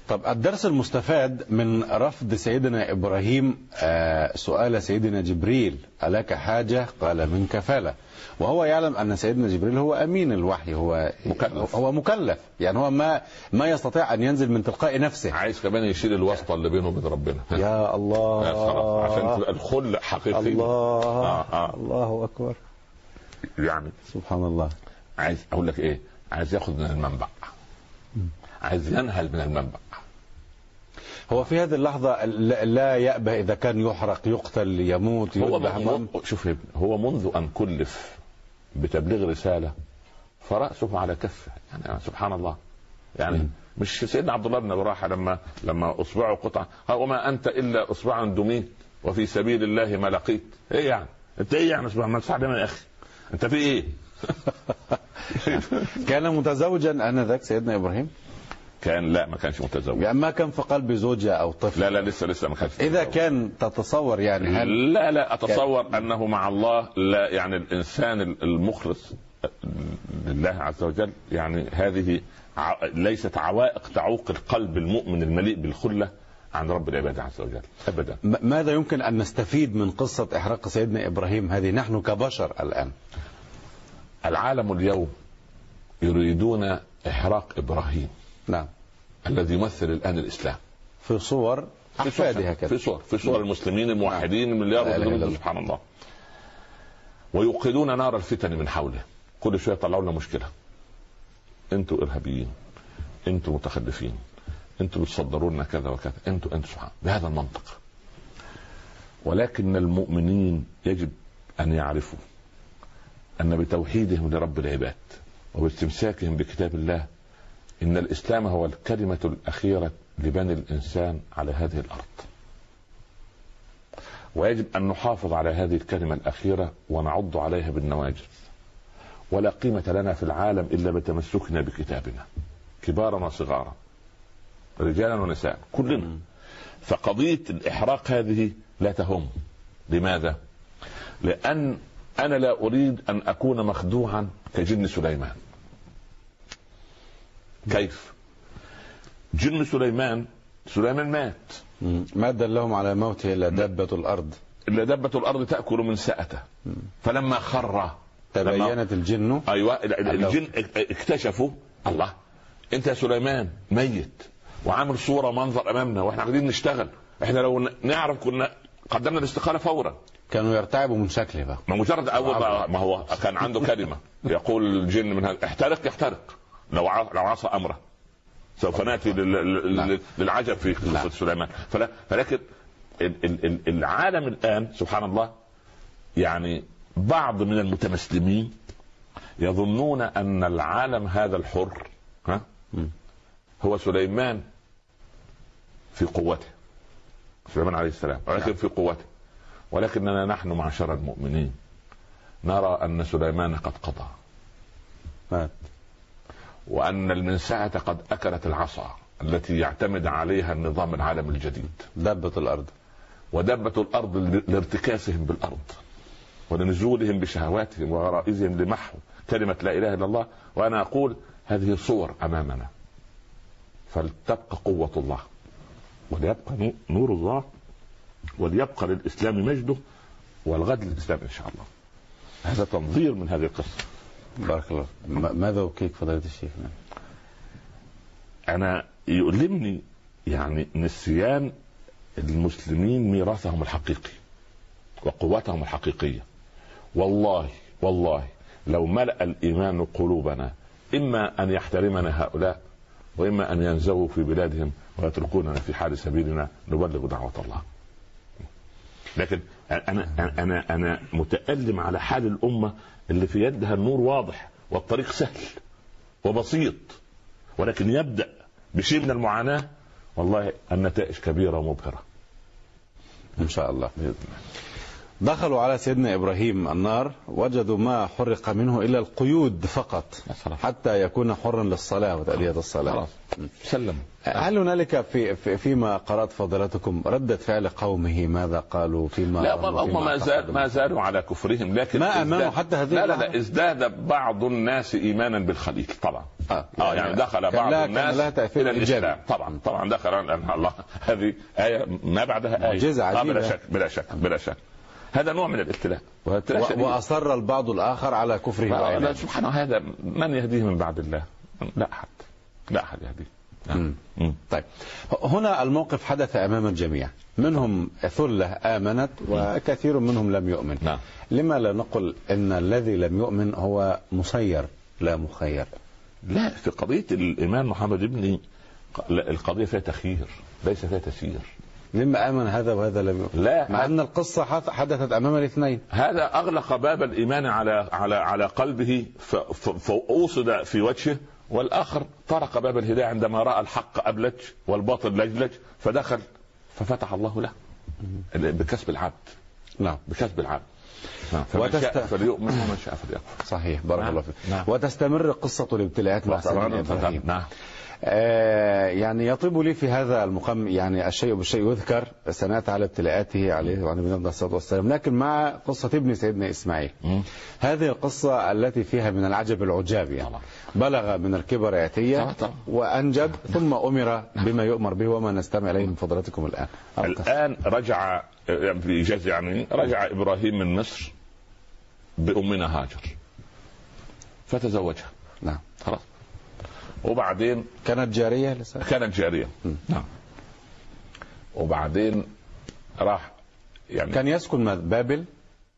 طب الدرس المستفاد من رفض سيدنا ابراهيم آه، سؤال سيدنا جبريل الك حاجه قال من كفاله وهو يعلم ان سيدنا جبريل هو امين الوحي هو
مكلف.
هو مكلف يعني هو ما ما يستطيع ان ينزل من تلقاء نفسه
عايز كمان يشيل الواسطه اللي بينه وبين ربنا
يا الله
آه، خلاص عشان تبقى الخل حقيقي
الله
آه، آه.
الله اكبر
يعني
سبحان الله
عايز اقول لك ايه عايز ياخد من المنبع عايز ينهل من المنبع
هو في هذه اللحظه لا- لا يأبه اذا كان يحرق يقتل يموت
هو
يذبح
من- شوف يا ابني، هو منذ ان كلف بتبليغ رساله فراسه على كفه يعني سبحان الله يعني مش سيدنا عبد الله بن براحه لما لما اصبعه قطعه قال وما انت الا اصبع دميت وفي سبيل الله ما لقيت ايه يعني انت ايه يعني اصبع ما تساعد يا اخي انت في ايه
كان متزوجا انذاك سيدنا ابراهيم
كان لا ما كانش متزوج
يعني ما كان في قلبه زوجه او طفل
لا لا لسه لسه ما كانش
اذا
متزوج.
كان تتصور يعني هل
لا لا اتصور انه مع الله لا يعني الانسان المخلص لله عز وجل يعني هذه ع- ليست عوائق تعوق القلب المؤمن المليء بالخله عن رب العباد عز وجل ابدا
م- ماذا يمكن ان نستفيد من قصه احراق سيدنا ابراهيم هذه نحن كبشر الان
العالم اليوم يريدون احراق ابراهيم
نعم
الذي يمثل الان الاسلام
في صور
في صور
احفادها
في
كده
صور في صور المسلمين الموحدين المليار
لا إله إلا الله.
سبحان الله ويوقدون نار الفتن من حوله كل شويه يطلعوا لنا مشكله انتوا ارهابيين انتوا متخلفين انتوا بتصدروا لنا كذا وكذا انتوا انتوا سبحان بهذا المنطق ولكن المؤمنين يجب ان يعرفوا ان بتوحيدهم لرب العباد وباستمساكهم بكتاب الله ان الاسلام هو الكلمه الاخيره لبني الانسان على هذه الارض. ويجب ان نحافظ على هذه الكلمه الاخيره ونعض عليها بالنواجذ. ولا قيمه لنا في العالم الا بتمسكنا بكتابنا. كبارا وصغارا. رجالا ونساء كلنا. فقضيه الاحراق هذه لا تهم. لماذا؟ لان انا لا اريد ان اكون مخدوعا كجن سليمان. كيف؟ جن سليمان سليمان مات
مم. ما دلهم على موته الا دابه الارض
إلا دابة الأرض تأكل من سأته فلما خر
تبينت الجن
أيوة ال- ال-
الله.
الجن اك- اكتشفوا الله أنت يا سليمان ميت وعامل صورة منظر أمامنا وإحنا قاعدين نشتغل إحنا لو ن- نعرف كنا قدمنا الاستقالة فورا
كانوا يرتعبوا من شكله بقى
ما مجرد اول ما, ما هو كان عنده كلمه يقول الجن من هذا احترق يحترق لو ع- لو عصى امره سوف ناتي لل- لل-
نعم.
لل- للعجب في قصه سليمان فلا فلكن ال- ال- ال- العالم الان سبحان الله يعني بعض من المتمسلمين يظنون ان العالم هذا الحر ها
م.
هو سليمان في قوته سليمان عليه السلام
نعم.
ولكن في قوته ولكننا نحن معشر المؤمنين نرى ان سليمان قد قضى
مات.
وان المنسعه قد اكلت العصا التي يعتمد عليها النظام العالمي الجديد
دابه الارض
ودبه الارض ل- لارتكاسهم بالارض ولنزولهم بشهواتهم وغرائزهم لمحو كلمه لا اله الا الله وانا اقول هذه صور امامنا فلتبقى قوه الله وليبقى نو- نور الله وليبقى للاسلام مجده والغد للاسلام ان شاء الله هذا تنظير من هذه القصه
بارك الله ما- ماذا يبكيك فضيله الشيخ نعم.
انا يؤلمني يعني نسيان المسلمين ميراثهم الحقيقي وقوتهم الحقيقيه والله والله لو ملا الايمان قلوبنا اما ان يحترمنا هؤلاء واما ان ينزووا في بلادهم ويتركوننا في حال سبيلنا نبلغ دعوه الله لكن انا أنا- انا انا متالم على حال الامه اللي في يدها النور واضح والطريق سهل وبسيط ولكن يبدا بشيء من المعاناه والله النتائج كبيره ومبهره
ان شاء الله دخلوا على سيدنا ابراهيم النار وجدوا ما حرق منه الا القيود فقط حتى يكون حرا للصلاه وتاديه الصلاه
خلاص سلموا
هل هنالك في في- فيما قرات فضيلتكم رده فعل قومه ماذا قالوا فيما
لا
رموا،
ما هم
فيما
ما زال
اعتقدوا؟
ما زالوا على كفرهم لكن
ما أمانوا
ازداد-
حتى هذه
لا لا
اللحظة؟
لا ازداد بعض الناس ايمانا بالخليل طبعا
آه،
اه يعني دخل
كان
بعض
لها-
الناس
كان لها تاثير
الى
ايجابي
الاسلام طبعا طبعا دخل لأن الله هذه ايه ما بعدها ايه
معجزة
آه،
عجيبة.
بلا شك بلا شك بلا شك هذا نوع من الابتلاء وابتلاء
و-
شديد.
واصر البعض الاخر على كفره
ما- لا
وعناده.
سبحان الله، هذا من يهديه من بعد الله لا احد لا احد يهديه نعم.
مم.
مم.
طيب هنا الموقف حدث امام الجميع منهم ثله امنت وكثير منهم لم يؤمن
نعم
لما لا نقل ان الذي لم يؤمن هو مسير لا مخير
لا في قضية الإمام محمد ابني لا، القضية فيها تخيير ليس فيها تسيير
لما امن هذا وهذا لم يؤمن مع
لا
ان القصه حث- حدثت امام الاثنين
هذا أغلق باب الإيمان على على على قلبه ف- ف- فأوصد في وجهه والآخر طرق باب الهداية عندما رأى الحق أبلج والباطل لجلج فدخل ففتح الله له بكسب العبد
نعم
بكسب العبد فمن
وتست-
شاء فليؤمن ومن شاء فليكفر
صحيح بارك
نعم.
الله فيك
نعم.
وتستمر قصه الابتلاءات مع سيدنا ابراهيم
نعم
آه، يعني يطيب لي في هذا المقام يعني الشيء بالشيء يذكر سنات على ابتلاءاته عليه وعلى النبي عليه الصلاه والسلام لكن مع قصه ابن سيدنا اسماعيل
مم.
هذه القصه التي فيها من العجب العجاب يعني
طبعا.
بلغ من الكبر عتيه
طبعا، طبعا.
وانجب ثم امر بما يؤمر به وما نستمع اليه من فضلتكم الان أبقى.
الآن رجع في إجاز يعني رجع إبراهيم من مصر بأمنا هاجر فتزوجها
نعم
خلاص وبعدين
كانت جاريه لسه
كانت جارية نعم وبعدين راح يعني
كان يسكن مع بابل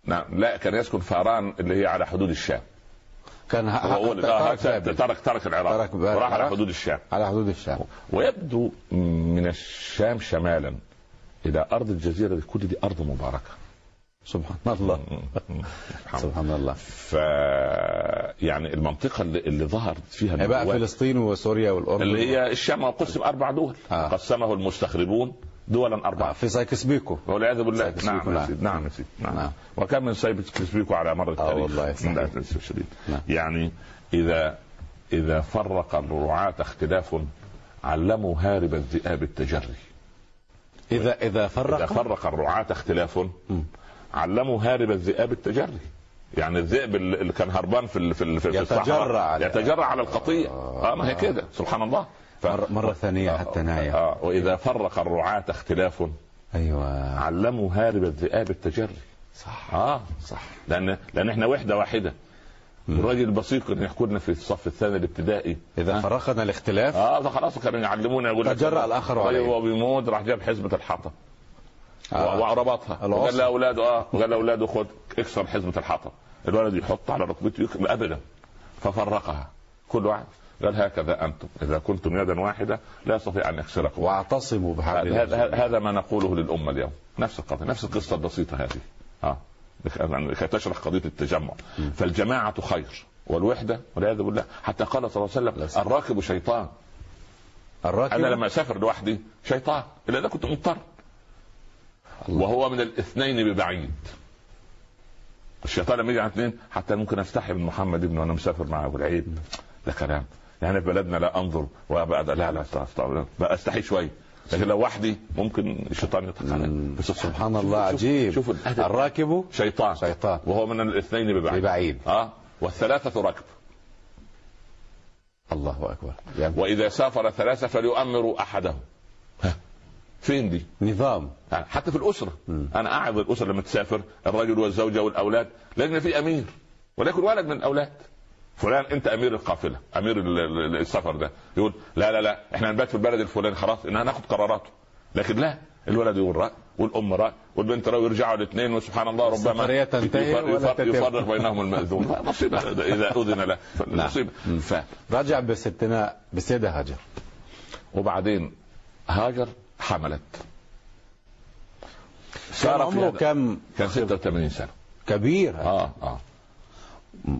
نعم لا كان يسكن فاران اللي هي على حدود الشام
كان ه-
هو أول-
ه-
آه،
ترك بابل
ترك ترك العراق
ترك بابل.
وراح على
العراق.
حدود الشام
على حدود الشام
ويبدو من الشام شمالا إلى أرض الجزيرة دي، كل دي أرض مباركة
سبحان الله سبحان الله
ف يعني المنطقه اللي, اللي ظهرت فيها
هي يعني بقى
النبوات
فلسطين وسوريا والاردن
اللي هي الشام قسم اربع دول
آه.
آه. قسمه المستخربون دولا اربعه
آه، في سايكس بيكو
والعياذ بالله
سايبس بيكو،
نعم يا
نعم.
سيدي، نعم يا سيدي،
نعم. آه،
نعم وكم من سايبس كريسبيكو على مر التاريخ
والله صحيح.
لا تنسى الشديد
نعم.
يعني اذا اذا فرق الرعاة اختلاف علموا هارب الذئاب التجري
اذا اذا فرق
اذا فرق الرعاة اختلاف علموا هارب الذئاب التجري يعني الذئب اللي كان هربان في ال- في ال- في
يتجرع
الصحراء
على-
يتجرع على القطيع
آه.
اه ما هي كده سبحان الله ف...
مرة, مرة ثانية حتى نايا
آه وإذا فرق الرعاة اختلاف
أيوة
علموا هارب الذئاب التجري
صح
اه صح لان لان احنا وحده واحده الراجل البسيط كان يحكوا لنا في الصف الثاني الابتدائي
إذا
آه.
فرقنا الاختلاف
اه فخلاص كانوا يعلمونا يقول لك طيب،
تجرأ الآخر عليه.
هو بيموت راح جاب حزمه الحطب
آه.
آه. وربطها
العصر.
وقال لاولاده اه وقال لاولاده خد اكسر حزمه الحطب الولد يحط على ركبته يكسر ابدا ففرقها كل واحد قال هكذا انتم اذا كنتم يدا واحده لا يستطيع ان يكسركم
واعتصموا بحبل
هذا-
الله
هذا- هذا ما نقوله للأمة اليوم نفس القضية نفس القصة البسيطة هذه آه. يعني كي تشرح قضية التجمع فالجماعة خير والوحدة والعياذ بالله حتى قال صلى الله عليه وسلم الراكب شيطان
الراكب
أنا لما أسافر لوحدي شيطان إلا إذا كنت مضطر وهو من الاثنين ببعيد الشيطان لما يجي على اثنين حتى ممكن استحي من محمد ابنه وانا مسافر معه أبو العيد ده كلام يعني في بلدنا لا انظر وابعد لا لا استغفر الله. بقى استحي شويه لكن لو وحدي ممكن الشيطان يضحك علي
مم.
بس
سبحان الله
شوف-
عجيب
شوف الأدب.
الراكب
شيطان
شيطان
وهو من الاثنين ببعيد
ببعيد
اه والثلاثه ركب
الله أكبر يعني
واذا سافر ثلاثه فليؤمروا احدهم ها. فين دي؟
نظام
يعني حتى في الاسره
مم.
انا اعظ الاسره لما تسافر الرجل والزوجه والاولاد لان في امير ولكن ولد من الاولاد فلان انت امير القافله امير ال- ال- السفر ده يقول لا لا لا احنا هنبات في البلد الفلاني خلاص انها ناخد قراراته لكن لا الولد يقول راي والام راي والبنت راي ويرجعوا الاثنين وسبحان الله ربما
السفرية تنتهي
يفر-
ولا
يفر-
تتم.
يفرق بينهم المأذون مصيبه اذا اذن له
نعم.
مصيبه ف-
رجع بستنا بسيدة هاجر
وبعدين هاجر حملت
كان
سارة في
عمره
هذا-
كم
كان 86 سنه
يعني كبير
اه اه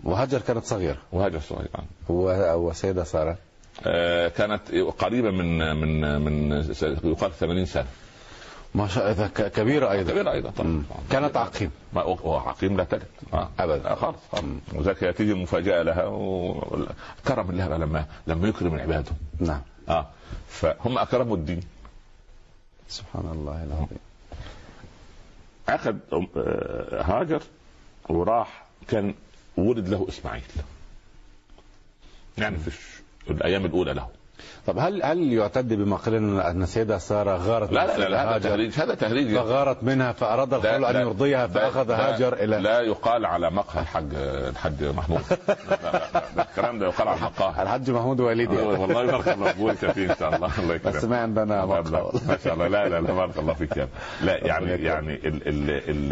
وهاجر كانت صغيرة
وهاجر صغير آه.
و- وسيدة سارة
آه كانت قريبه من من من س- يقال 80 سنه
ما شاء الله ك- كبيرة أيضا
كبيره ايضا طبعا
مم. كانت عقيم
ما- هو عقيم لا تجد آه.
أبدا
آه خالص آه. وذلك تيجي المفاجاه لها و- كرم الله بقى لما لما يكرم عباده
نعم
اه فهم اكرموا الدين
سبحان الله العظيم
اخذ أم- آه، هاجر وراح كان ولد له اسماعيل يعني في الش- الايام الاولى له
طب هل هل يعتد بما قيل ان أن السيده ساره غارت
لا
من
لا لا,
السيدة
لا هذا
هاجر
تهريج هذا تهريج يعني.
فغارت منها فاراد
لا-
الخلع ان
لا-
يرضيها
لا-
فاخذ
لا-
هاجر الى
لا يقال على مقهى الحاج الحاج محمود لا- لا- لا، لا، الكلام ده يقال على مقهى
الحاج محمود والدي
والله بارك الله فيك يا فيه ان شاء الله الله يكرمك
بس ما عندنا
لا،
مقهى
لا،
والله.
ما شاء الله لا لا لا بارك الله فيك يا ابني. لا يعني يعني ال ال ال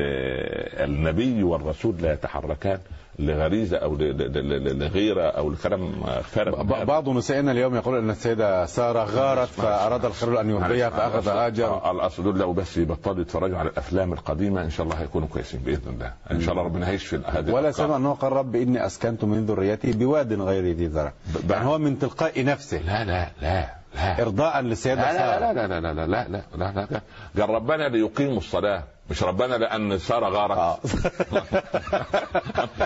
النبي والرسول لا يتحركان لغريزه او ل- ل- ل- لغيره او الكلام خارج
ب- بعض نسائنا اليوم يقول ان السيده ساره غارت فاراد الخلع ان يرضيها فاخذ هاجر
آه، الاصل دول لو بس يبطلوا يتفرجوا على الافلام القديمه ان شاء الله هيكونوا كويسين باذن الله ان شاء الله ربنا هيشفي هذه
ولا
الأفكار.
سمع انه قال رب اني اسكنت من ذريتي بواد غير ذي زرع
ب-
يعني هو من تلقاء نفسه
لا لا لا لا
ارضاء للسيده ساره
لا لا لا لا لا لا لا لا لا لا لا قال ربنا ليقيموا الصلاة مش ربنا لأن سارة غارت
آه.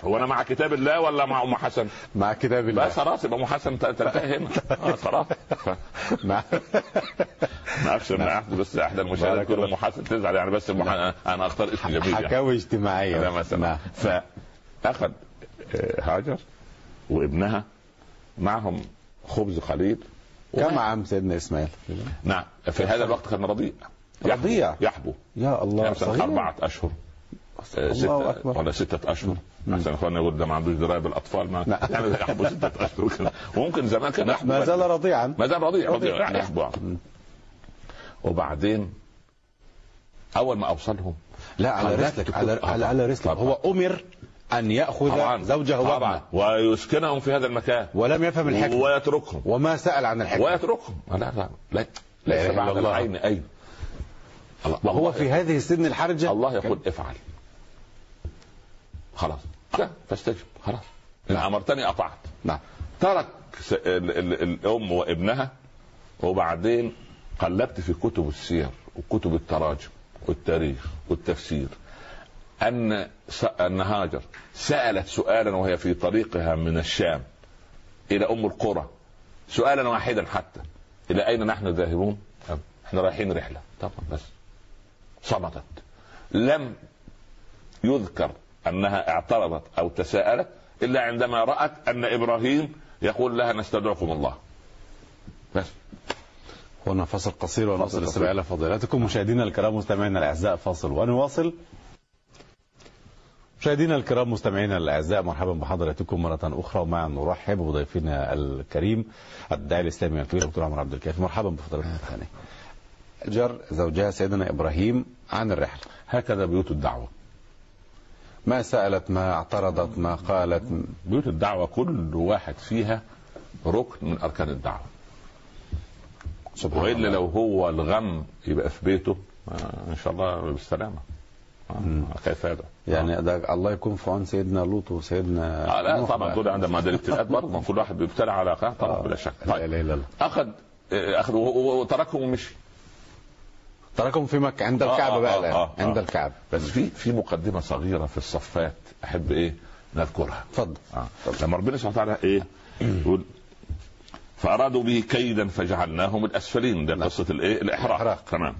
هو أنا مع كتاب الله ولا مع أم حسن؟
مع كتاب الله
بس خلاص يبقى أم حسن ت- تنتهي هنا آه، خلاص ف-
مع
ما أعرفش أنا أعرف بس إحدى المشاهدات
بارك
تقول
الله.
أم حسن تزعل يعني بس أم حسن- أنا- أنا أختار اسم جميل يعني.
حكاوي اجتماعيه
لا مثلا
نعم.
فاخذ آه، هاجر وابنها معهم خبز قليل
كم عام سيدنا اسماعيل؟
نعم في هذا الوقت كان رضيع
رضيع؟
يحبو
يا الله
يعني مثلا
صغير
أربعة أشهر آه،
الله
ستة
أكبر نعم.
ولا ستة أشهر أحسن إخواننا يقول ده ما عندوش دراية بالأطفال ما
لا.
يعني ده يحبو ستة أشهر كده. وممكن زمان كان يحبو
نعم. ما
بدري.
زال رضيعا
ما زال رضيع رضيع
رضيع. نعم.
يعني يحبو وبعدين أول ما أوصلهم
لا على
حضرتك
رسلك
كنت-
على
طبعاً.
على, على رسلك
طبعاً.
هو أمر أن يأخذ زوجه
طبعا
وابنه
ويسكنهم في هذا المكان
ولم يفهم الحكمة
ويتركهم
وما سأل عن الحكمة
ويتركهم لا لا لا
لا
ليس
إله
بعد
إلا الله.
العين أي الله-
وهو في هذه السن الحرجة
الله يقول افعل خلاص لا فاستجب خلاص ان امرتني اطعت
نعم
ترك س- ال- ال- الام وابنها وبعدين قلبت في كتب السير وكتب التراجم والتاريخ والتفسير ان س- ان هاجر سالت سؤالا وهي في طريقها من الشام الى ام القرى سؤالا واحدا حتى الى اين نحن ذاهبون؟ احنا رايحين رحله طبعا بس صمتت لم يذكر انها اعترضت او تساءلت الا عندما رات ان ابراهيم يقول لها نستدعكم الله بس
هنا فصل قصير ونصل
فصل
الاستماع
قصير.
الى فضيلتكم مشاهدينا الكرام مستمعينا الاعزاء فاصل ونواصل مشاهدينا الكرام مستمعينا الاعزاء مرحبا بحضراتكم مره اخرى ومع نرحب بضيفنا الكريم الداعي الاسلامي الكبير دكتور عمر عبد الكافي مرحبا بفضيلتكم الثاني جر زوجها سيدنا ابراهيم عن الرحله
هكذا بيوت الدعوه
ما سالت ما اعترضت ما قالت
بيوت الدعوه كل واحد فيها ركن من اركان الدعوه
سبحان
والا
الله
لو هو الغم يبقى في بيته آه، ان شاء الله بالسلامه آه،
مم.
كيف هذا؟
يعني ده الله يكون في عون سيدنا لوط وسيدنا
آه لا
نوح
طبعا
بقى.
دول عندما عند الابتلاءات برضه كل واحد بيبتلى على قناه طبعا
آه.
بلا شك
لا
طيب
اله الا الله
اخذ آه، اخذ و- و- وتركهم ومشي
تراكم في مكة عند
آه،
الكعبة
آه،
بقى
آه،
الآن
آه،
عند
آه.
الكعبة
بس في في مقدمه صغيره في الصفات احب ايه نذكرها
اتفضل
آه. لما ربنا سبحانه وتعالى ايه يقول فارادوا به كيدا فجعلناهم الاسفلين ده قصه الايه الاحراق
الإحراق.
تمام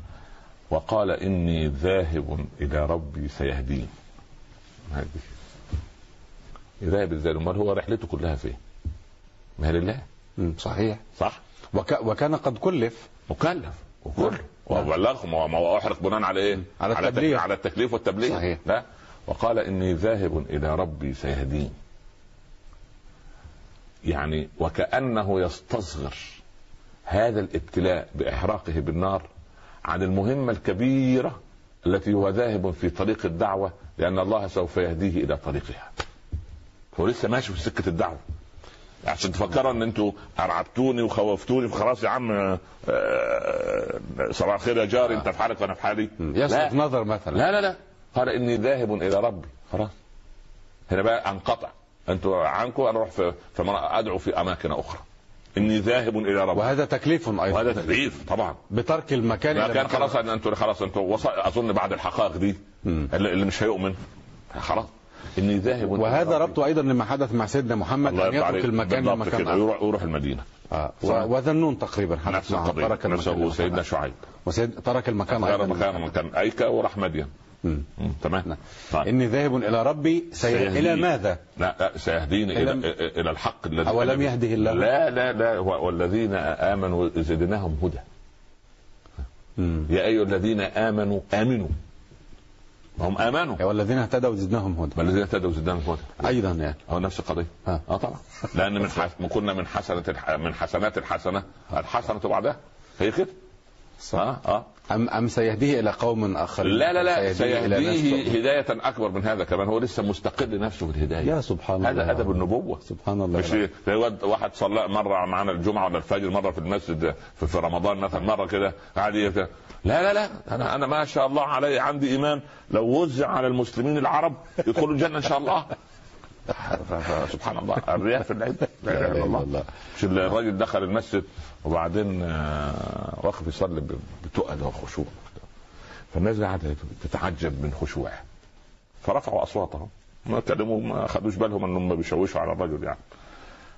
وقال اني ذاهب الى ربي سيهدين هذه ذاهب ازاي امال هو رحلته كلها فين؟ ما هي لله
مم، صحيح
صح؟
وك... وكان قد كلف
مكلف وكل
نعم.
وبلغهم ما هو احرق بناء على ايه؟
على
على
التبليغ.
التك- على التكليف والتبليغ
صحيح.
لا وقال اني ذاهب الى ربي سيهدين يعني وكانه يستصغر هذا الابتلاء باحراقه بالنار عن المهمه الكبيره التي هو ذاهب في طريق الدعوه لان الله سوف يهديه الى طريقها هو لسه ماشي في سكه الدعوه عشان تفكروا ان انتوا ارعبتوني وخوفتوني فخلاص يا عم آه، آه، صباح الخير يا جاري انت في حالك وانا في حالي
مم، يصرف
لا.
نظر مثلا
لا لا لا قال اني ذاهب الى ربي خلاص هنا بقى انقطع انتوا عنكم انا اروح في في مر- ادعو في اماكن اخرى اني ذاهب الى ربي
وهذا تكليف أيضا
وهذا تكليف طبعا
بترك المكان
لا
إلى
كان
مكان
خلاص ان انتوا خلاص انتوا وصل اظن بعد الحقائق دي
مم.
اللي اللي مش هيؤمن خلاص اني ذاهب إلى
وهذا
ربي.
ربطه أيضا لما حدث مع سيدنا محمد
الله
أن
يرضى
يترك
عليك
المكان
بالضبط
لمكان
كده
آخر
يروح يروح المدينه
آه. و...
صح.
وذنون تقريبا
نفس
حدث معه
القضيه
ترك المكان
نفسه
لمكان
سيدنا
آخر.
شعيب
وسيد... ترك المكان
غير
أيضا
مكان مكان ايكا وراح مدين
مم.
مم، تمام
نعم.
طيب.
إني ذاهب إلى ربي سي...
سيهديه.
إلى ماذا؟
لا لا سيهدين الى
ألم-
الى الحق الذي
أولم يهده الله؟
لا لا لا و- والذين امنوا زدناهم هدى
مم.
يا ايها الذين امنوا امنوا هم امنوا
والذين أيوة، اهتدوا زدناهم هدى
ما الذين اهتدوا زدناهم هدى
أيضا يعني
هو نفس القضيه
آه.
اه طبعا لان من حس... كنا من حسنه الح... من حسنات الحسنه الحسنه بعدها هي كده اه اه
أم أم سيهديه إلى قوم آخرين
لا لا لا
سيهديه إلى ناس
سيهديه
تؤمن.
هدايه اكبر من هذا كمان هو لسه مستقل نفسه بالهدايه
يا سبحان
هذا
الله
هذا بالنبوه
سبحان الله
مش زي واد- واحد صلى مره معانا الجمعه ولا الفجر مره في المسجد في, في رمضان مثلا مره كده قاعد يت- لا لا لا انا انا ما شاء الله علي عندي ايمان لو وزع على المسلمين العرب يدخلوا الجنه ان شاء الله سبحان الله الرياء في العلم لا اله الا الله مش الراجل دخل المسجد وبعدين آه، واقف يصلي ب- بتقل وخشوع فالناس قاعده تتعجب من خشوعه فرفعوا اصواتهم ما اتكلموا ما خدوش بالهم انهم بيشوشوا على الرجل يعني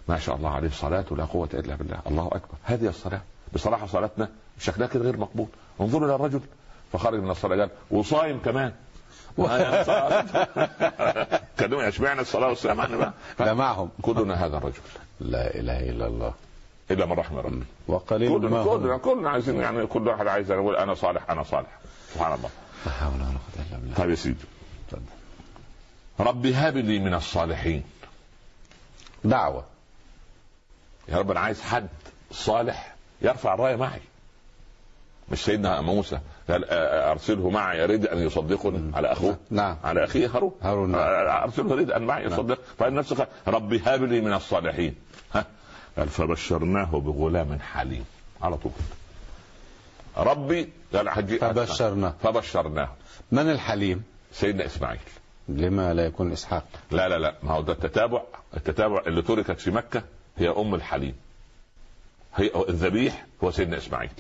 ما شاء الله عليه صلاة لا قوة إلا بالله الله أكبر هذه الصلاة بصراحة صلاتنا شكلها كده غير مقبول انظروا إلى الرجل فخرج من الصلاة قال وصايم كمان كانوا اشمعنى الصلاة والسلام عنه بقى
لا معهم
كلنا هذا الرجل
لا اله الا الله
إلا من رحم ربنا
وقليل ما هم
كلنا كلنا كلنا عايزين يعني كل واحد عايز يقول أنا صالح أنا صالح سبحان الله
لا حول ولا قوه الا بالله
طيب يا سيدي
اتفضل.
رب هب لي من الصالحين
دعوه
يا رب انا عايز حد صالح يرفع الرايه معي مش سيدنا موسى قال آه، آه، ارسله معي يريد ان يصدقني على اخوه
نعم
على اخيه هارون
هارون، نعم.
آه، ارسله يريد ان معي يصدق فقال نفسه قال، رب هب لي من الصالحين ها قال فبشرناه بغلام حليم على طول ربي قال هجي-
فبشرناه.
فبشرناه
من الحليم
سيدنا اسماعيل
لما لا يكون اسحاق
لا لا لا ما هو ده التتابع التتابع اللي تركت في مكة هي أم الحليم هي الذبيح هو سيدنا إسماعيل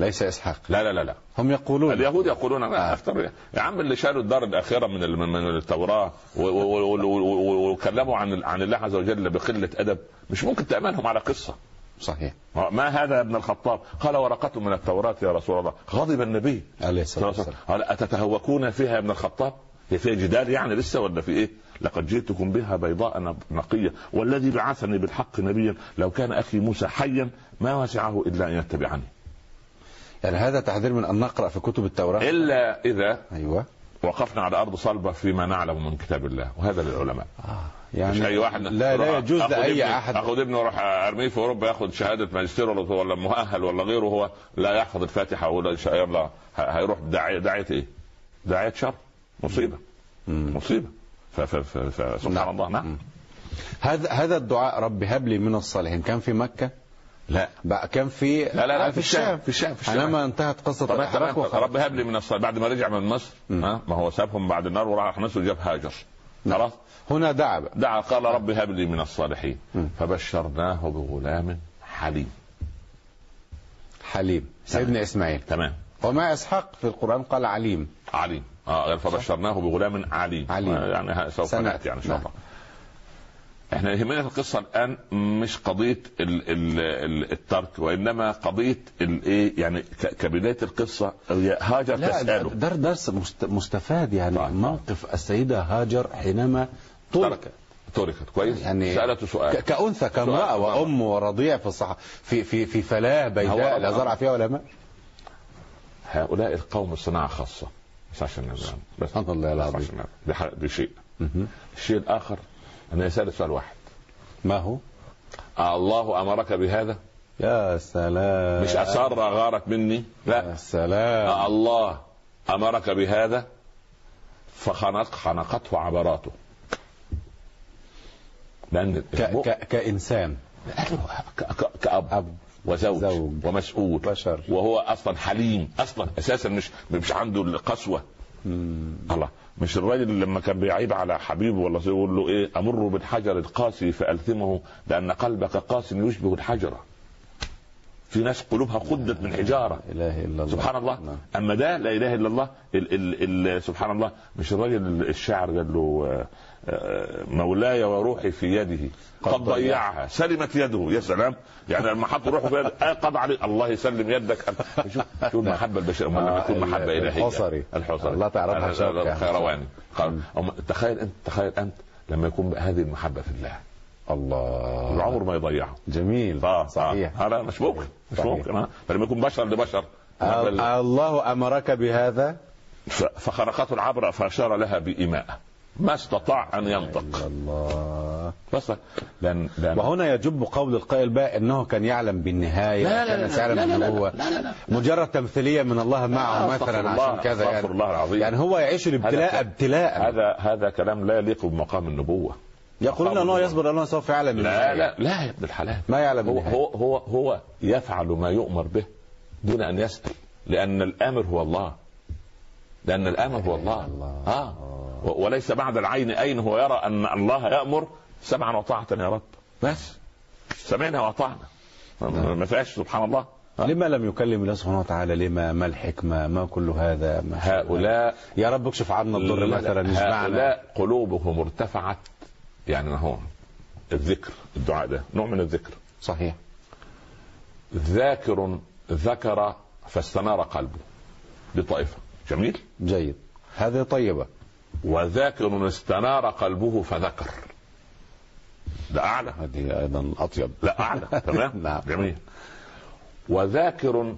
ليس اسحاق
لا لا لا لا
هم يقولون
اليهود يقولون انا افتر يا عم اللي شالوا الدار الاخره من ال- من التوراه و- و- و- و- و- وكلموا عن ال- عن الله عز وجل بقله ادب مش ممكن تامنهم على قصه
صحيح
ما هذا يا ابن الخطاب قال ورقه من التوراه يا رسول الله غضب النبي
عليه
صلى
الصلاه
الله
والسلام
عليه وسلم. قال اتتهوكون فيها يا ابن الخطاب هي فيها جدال يعني لسه ولا في ايه؟ لقد جئتكم بها بيضاء نب- نقيه والذي بعثني بالحق نبيا لو كان اخي موسى حيا ما وسعه الا ان يتبعني
يعني هذا تحذير من ان نقرا في كتب
إيه.
التوراه
الا اذا
ايوه
وقفنا على ارض صلبه فيما نعلم من كتاب الله وهذا للعلماء
يعني
مش اي واحد
لا
أروح
لا يجوز
آخذ
لاي
ابني-
احد
اخذ ابني واروح ارميه في اوروبا ياخذ شهاده ماجستير ولا ولا مؤهل ولا غيره هو لا يحفظ الفاتحه ولا ان شاء الله ه- هيروح داعيه داعيه ايه؟ داعيه شر مصيبه
مم.
مصيبه ف- ف- ف- ف- سبحان
نعم.
الله نعم
هذا هذا الدعاء رب هب لي من الصالحين كان في مكه
لا
بقى كان في
لا لا, لا
في الشام
في الشام في الشام
حينما انتهت قصه
طب
العراق
طب-
وخرج.
رب هب لي من الصالح بعد ما رجع من مصر
مم.
ها ما هو سابهم بعد النار وراح مصر وجاب هاجر
نعم.
خلاص
هنا دعا بقى
دعا قال رب هب لي من الصالحين
مم.
فبشرناه بغلام حليم
حليم
نعم.
سيدنا اسماعيل
تمام
وما اسحاق في القران قال عليم
عليم اه فبشرناه بغلام عليم
عليم.
آه، يعني ها- سوف
سنأتي.
ناتي يعني ان شاء
نعم.
الله احنا يهمنا في القصه الان مش قضيه ال ال ال الترك وانما قضيه الايه يعني ك- كبدايه القصه هي هاجر تساله
در درس مست- مستفاد يعني
طبعاً.
موقف السيده هاجر حينما ترك
طيب. ترك. تركت كويس
يعني
سالته سؤال
ك- كأنثى كامرأة
سؤال.
وأم ورضيع في الصح في في في فلاة بيداء
هو-
لا زرع فيها ولا ماء
هؤلاء القوم صناعة خاصة بس عشان نعلم. بس
سبحان الله
بس
العظيم.
عشان نعلم. ده حق- ده شيء
مهم.
الشيء الآخر أن يسأل سؤال واحد
ما هو؟
آه الله أمرك بهذا
يا سلام
مش أسر غارت مني
يا
لا آه
سلام
الله أمرك بهذا فخنق خنقته عبراته لأن
ك ك كإنسان
ك- ك- كأب
أب
وزوج
زوج.
ومسؤول
بشر.
وهو اصلا حليم اصلا اساسا مش مش عنده القسوه الله مش الراجل اللي لما كان بيعيب على حبيبه ولا شيء يقول له ايه امر بالحجر القاسي فالثمه لان قلبك قاس يشبه الحجره في ناس قلوبها خدت من حجاره
لا إله إلا الله
سبحان الله
نعم.
اما ده لا اله الا الله ال ال ال سبحان الله مش الراجل الشاعر قال له آه، آه، مولاي وروحي في يده
قد
قد ضيعها سلمت يده يا سلام يعني لما حط روحه في يده آه، قد علي الله يسلم يدك شوف شوف المحبه البشريه امال لما
آه،
تكون محبه
ال-
الهيه
الحصري.
الحصري
الله تعرفها
أنا-
شوكة.
الخيرواني قال- أم- تخيل انت تخيل انت لما يكون هذه المحبه في الله
الله
العمر ما يضيعه
جميل
اه
صحيح
آه. آه، لا مش ممكن مش
صحيح.
ممكن آه. فلما يكون بشر لبشر
آه. آه. الله أمرك بهذا
ف- فخرقته العبرة فأشار لها بإيماء ما استطاع أن
إلا
ينطق
الله
بس لأن لأن
وهنا يجب قول القائل بقى انه كان يعلم بالنهايه
لا، لا،
كان
لا، لا،
يعلم
لا، لا، لا،
النبوه
لا، لا، لا.
مجرد تمثيليه من الله معه
آه، أستغفر
مثلا
الله،
عشان كذا
أستغفر
يعني
الله العظيم.
يعني هو يعيش الابتلاء
هذا-
ابتلاء
هذا هذا كلام لا يليق بمقام النبوة
يقولون انه
الله.
يصبر انه سوف يعلم
لا
النهاية.
لا لا يا ابن الحلال
ما يعلم
هو
النهاية.
هو هو هو يفعل ما يؤمر به دون أن يسأل لأن الآمر هو الله لأن الآمر هو الله
الله.
آه و- وليس بعد العين أين هو يرى أن الله يأمر سمعا وطاعة يا رب بس سمعنا وأطعنا ما ما فيهاش سبحان الله آه.
لما لم يكلم الله سبحانه وتعالى لما ما الحكمه ما كل هذا ما
هؤلاء
يا رب اكشف عنا الضر
لا،
مثلا اشبعنا
هؤلاء قلوبهم ارتفعت يعني هون الذكر الدعاء ده نوع من الذكر
صحيح
ذاكر ذكر فاستنار قلبه دي طائفة جميل
جيد هذه طيبه
وذاكر استنار قلبه فذكر ده أعلى
هذه ايضا اطيب
لا أعلى تمام
نعم.
جميل وذاكر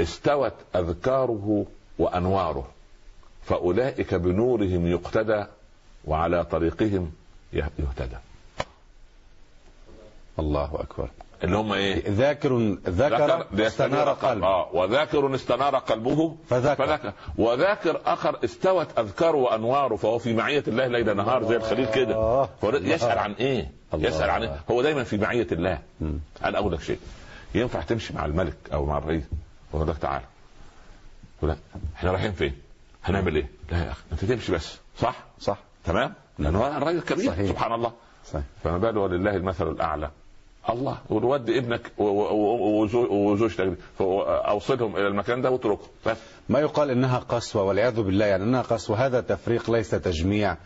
استوت أذكاره وأنواره فأولئك بنورهم يقتدى وعلى طريقهم يهتدى
الله اكبر
اللي هم ايه؟
ذاكر ذكر استنار قلبه
اه وذاكر استنار قلبه
فذكر.
فذكر وذاكر اخر استوت اذكاره وانواره فهو في معيه الله ليل نهار زي الخليل كده
آه. الله.
فهو يسال عن ايه؟
الله.
يسال عن إيه؟ هو دايما في معيه الله
مم.
انا اقول لك شيء ينفع تمشي مع الملك او مع الرئيس ويقول لك تعالى يقول لك احنا رايحين فين؟ هنعمل ايه؟ لا يا اخي انت تمشي بس صح؟
صح
تمام؟ لان هو راجل كبير
صحيح.
سبحان الله
صحيح
فما باله ولله المثل الاعلى الله ودي ابنك و- و- و- وزو- وزوجتك اوصلهم الى المكان ده واتركهم بس
ما يقال انها قسوه والعياذ بالله يعني انها قسوه هذا تفريق ليس تجميع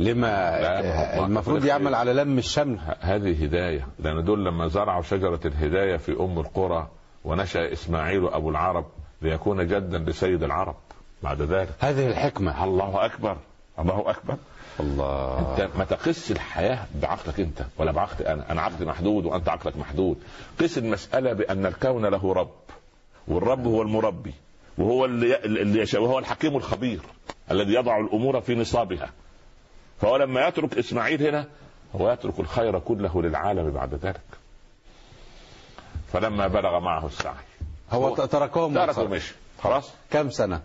لما
لا، ما-
المفروض
ما-
يعمل على لم الشمل
ه- هذه هدايه لان دول لما زرعوا شجره الهدايه في ام القرى ونشا اسماعيل ابو العرب ليكون جدا لسيد العرب بعد ذلك
هذه الحكمه
الله اكبر
الله اكبر
الله
انت ما تقيسش الحياه بعقلك انت ولا بعقلي انا انا عقلي محدود وانت عقلك محدود قيس المساله بان الكون له رب والرب هو المربي وهو اللي اللي يشاء وهو الحكيم الخبير الذي يضع الامور في نصابها فهو لما يترك اسماعيل هنا هو يترك الخير كله للعالم بعد ذلك فلما بلغ معه السعي
هو
هو-
تركهم
ترك ومشي خلاص
كم سنه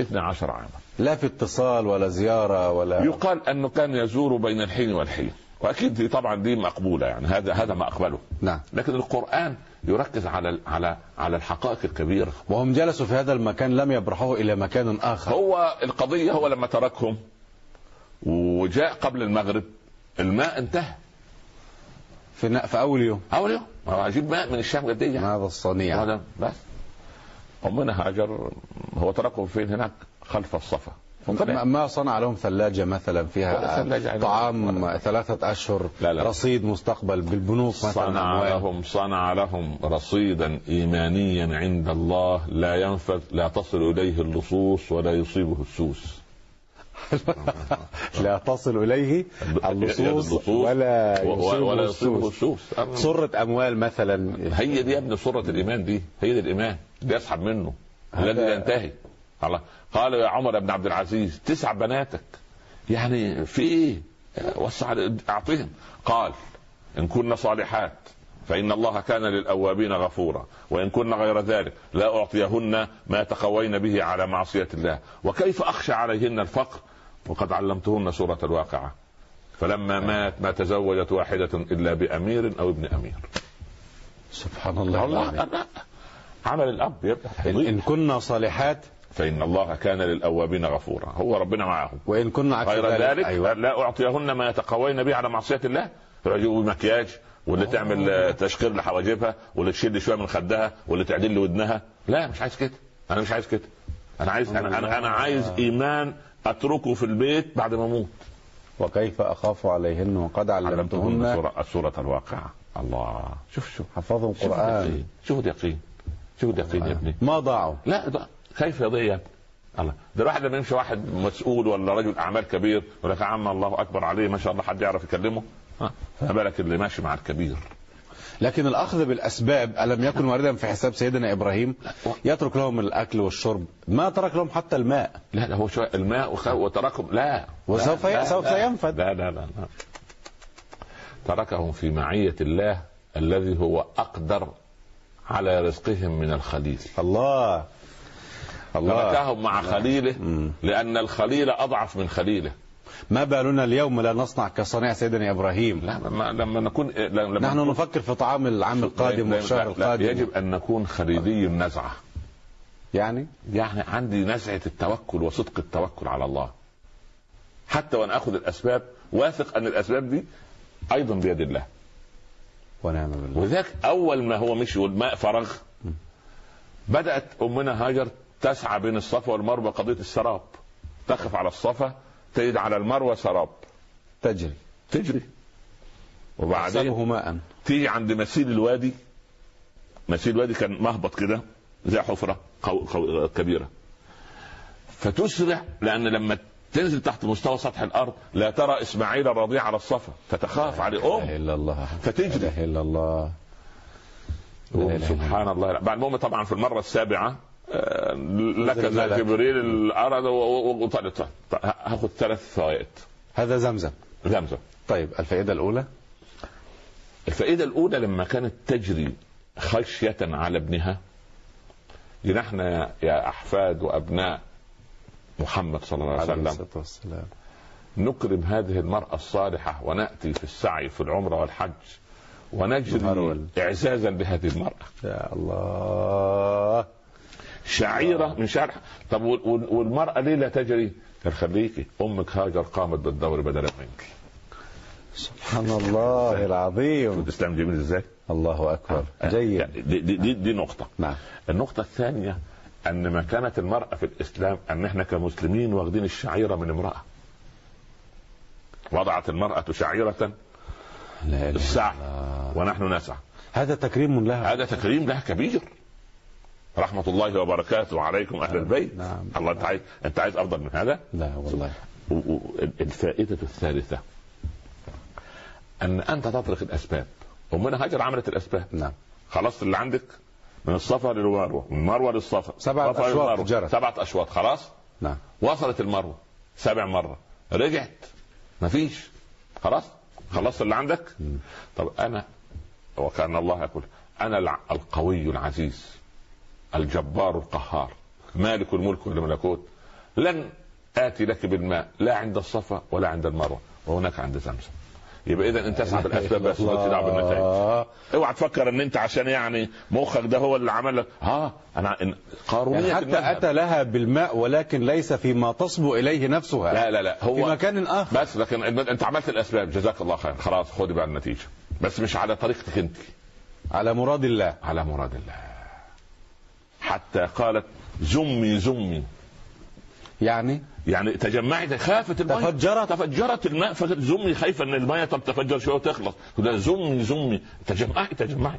12 عاما
لا في اتصال ولا زياره ولا
يقال انه كان يزور بين الحين والحين واكيد دي طبعا دي مقبوله يعني هذا هذا ما اقبله
نعم
لكن القران يركز على على على الحقائق الكبيره
وهم جلسوا في هذا المكان لم يبرحوه الى مكان اخر
هو القضيه هو لما تركهم وجاء قبل المغرب الماء انتهى
في, نا- في اول يوم
اول يوم ما هو اجيب ماء من الشام قد ايه يعني؟
هذا الصنيع
هذا بس امنا هاجر هو تركهم فين هناك خلف الصفا
ما- ما صنع لهم ثلاجة مثلا
ولا
فيها
ثلاجة يعني.
طعام ثلاثة أشهر
لا، لا.
رصيد مستقبل بالبنوك مثلا
صنع
أموال.
لهم صنع لهم رصيدا ايمانيا عند الله لا ينفذ لا تصل اليه اللصوص ولا يصيبه السوس
لا تصل إليه اللصوص ولا
و-
يصيبه
ولا يصيبه
السوس
السوس أم-
سرة أموال مثلا
هي دي يا ابني صورة الإيمان دي هي دي الإيمان اللي يسحب منه
هذا-
الذي لا ينتهي الله قال يا عمر بن عبد العزيز تسع بناتك يعني في إيه؟ وسع أعطيهم قال إن كن صالحات فإن الله كان للأوابين غفورا وإن كن غير ذلك لا أعطيهن ما تقوين به على معصية الله وكيف أخشى عليهن الفقر وقد علمتهن سورة الواقعة فلما مات ما تزوجت واحدة إلا بأمير أو ابن أمير
سبحان الله
الله
العظيم.
لا. عمل الاب يبقى
إن,
حقيقي
إن كنا صالحات
فان الله كان للاوابين غفورا هو ربنا معهم
وإن كنا عكس
غير ذلك
أيوة.
لا اعطيهن ما يتقوين به على معصيه الله يجيبوا مكياج واللي تعمل آه، تشقير لحواجبها واللي تشد شويه من خدها واللي تعدل لودنها لا مش عايز كده انا مش عايز كده انا عايز انا انا, أنا عايز ايمان اتركه في البيت بعد ما اموت
وكيف أخاف عليهن وقد
علمتهن
علمتهن
سورة- السورة الواقعة الله شوف شوف
حفظوا
شوف
القرآن
اليقين شوف اليقين شوف اليقين يا ابني
ما ضاعوا
لا ده كيف يضيع يا ابني؟ الله ده الواحد لما يمشي واحد مسؤول ولا رجل اعمال كبير يقول لك يا عم الله اكبر عليه ما شاء الله حد يعرف يكلمه ها فما بالك اللي ماشي مع الكبير
لكن الأخذ بالأسباب ألم يكن واردا في حساب سيدنا إبراهيم يترك لهم الأكل والشرب ما ترك لهم حتى الماء
لا لا هو شويه الماء وخ- وتركهم لا
وسوف
لا،
ي-
لا،
سوف
لا.
ينفد.
لا لا لا لا. تركهم في معيه الله الذي هو اقدر على رزقهم من الخليل
الله الله
تركهم مع خليله لان الخليل اضعف من خليله
ما بالنا اليوم لا نصنع كصنيع سيدنا إبراهيم
لا ما- لما نكون لما
نحن نفكر في طعام العام القادم
لا-
والشهر
لا- لا،
القادم
يجب ان نكون خليلي النزعه
يعني
يعني عندي نزعه التوكل وصدق التوكل على الله حتى وانا اخذ الاسباب واثق ان الاسباب دي ايضا بيد الله
ونعم بالله
وذاك اول ما هو مشي والماء فرغ بدات امنا هاجر تسعى بين الصفا والمروه قضيه السراب تقف على الصفا تجد على المروه سراب
تجري
تجري وبعدين
أحسبه ماء
تيجي عند مسيل الوادي مسيل الوادي كان مهبط كده زي حفره قو... قو... كبيره فتسرع لان لما تنزل تحت مستوى سطح الارض لا ترى اسماعيل الرضيع على الصفا فتخاف عليه
لا إله
ام
إلا الله لا
فتجري
إله إلا الله لا إله
أم
إلا
سبحان الله بعد المهم طبعا في المره السابعه آه، لك
نزل الملك.
جبريل الارض وطلعت طيب، هاخد ثلاث فوائد
هذا زمزم
زمزم
طيب الفائدة الأولى
الفائدة الأولى لما كانت تجري خشية على ابنها لنحن يا أحفاد وأبناء محمد صلى الله عليه
عليه
وسلم
الصلاة والسلام
نكرم هذه المرأة الصالحة ونأتي في السعي في العمرة والحج
مهرول.
ونجري إعزازا بهذه المرأة
يا الله
شعيرة من شعر طب وال- وال- والمرأة ليه لا تجري؟ قال خليكي أمك هاجر قامت بالدور بدلا منك
سبحان الله العظيم
الإسلام جميل إزاي؟
الله أكبر جيد
آه، يعني دي, دي, دي, دي نقطة
نعم
النقطة الثانية أن مكانة المرأة في الإسلام أن إحنا كمسلمين واخدين الشعيرة من امرأة. وضعت المرأة شعيرة
لا إله
السعي
الله.
ونحن نسعى.
هذا تكريم لها
هذا تكريم لها كبير. رحمة الله وبركاته عليكم أهل البيت.
نعم.
الله أنت عايز أنت عايز أفضل من هذا؟
لا والله
و- و- الفائده الثالثه ان انت تطرق الاسباب امنا هاجر عملت الاسباب
نعم
خلاص اللي عندك من الصفا للمروه من المروه للصفا
سبعة
الصفا
أشواط
للمروة.
جرت.
سبعه اشواط خلاص
نعم
وصلت المروه سبع مره رجعت مفيش خلاص خلصت اللي عندك طب انا وكان الله يقول انا الع- القوي العزيز الجبار القهار مالك الملك والملكوت لن اتي لك بالماء لا عند الصفا ولا عند المروه وهناك عند زمزم يبقى اذا انت تسعى بالاسباب بس مالكش دعوه بالنتائج
الله. يعني
اوعى تفكر ان انت عشان يعني مخك ده هو اللي عمل لك ها انا إن- قارونيه
يعني حتى
المذهب.
أتى لها بالماء ولكن ليس فيما تصبو إليه نفسها
لا لا لا هو
في مكان آخر
بس لكن إن- انت عملت الاسباب جزاك الله خير خلاص خدي بقى النتيجه بس مش على طريقتك انت
على مراد الله
على مراد الله حتى قالت زمي زمي
يعني
يعني تجمعت خافت الماء
تفجرت.
تفجرت الماء فقالت زمي خايفه ان الماء طب تفجر شويه وتخلص ده زمي زمي تجمعي تجمعي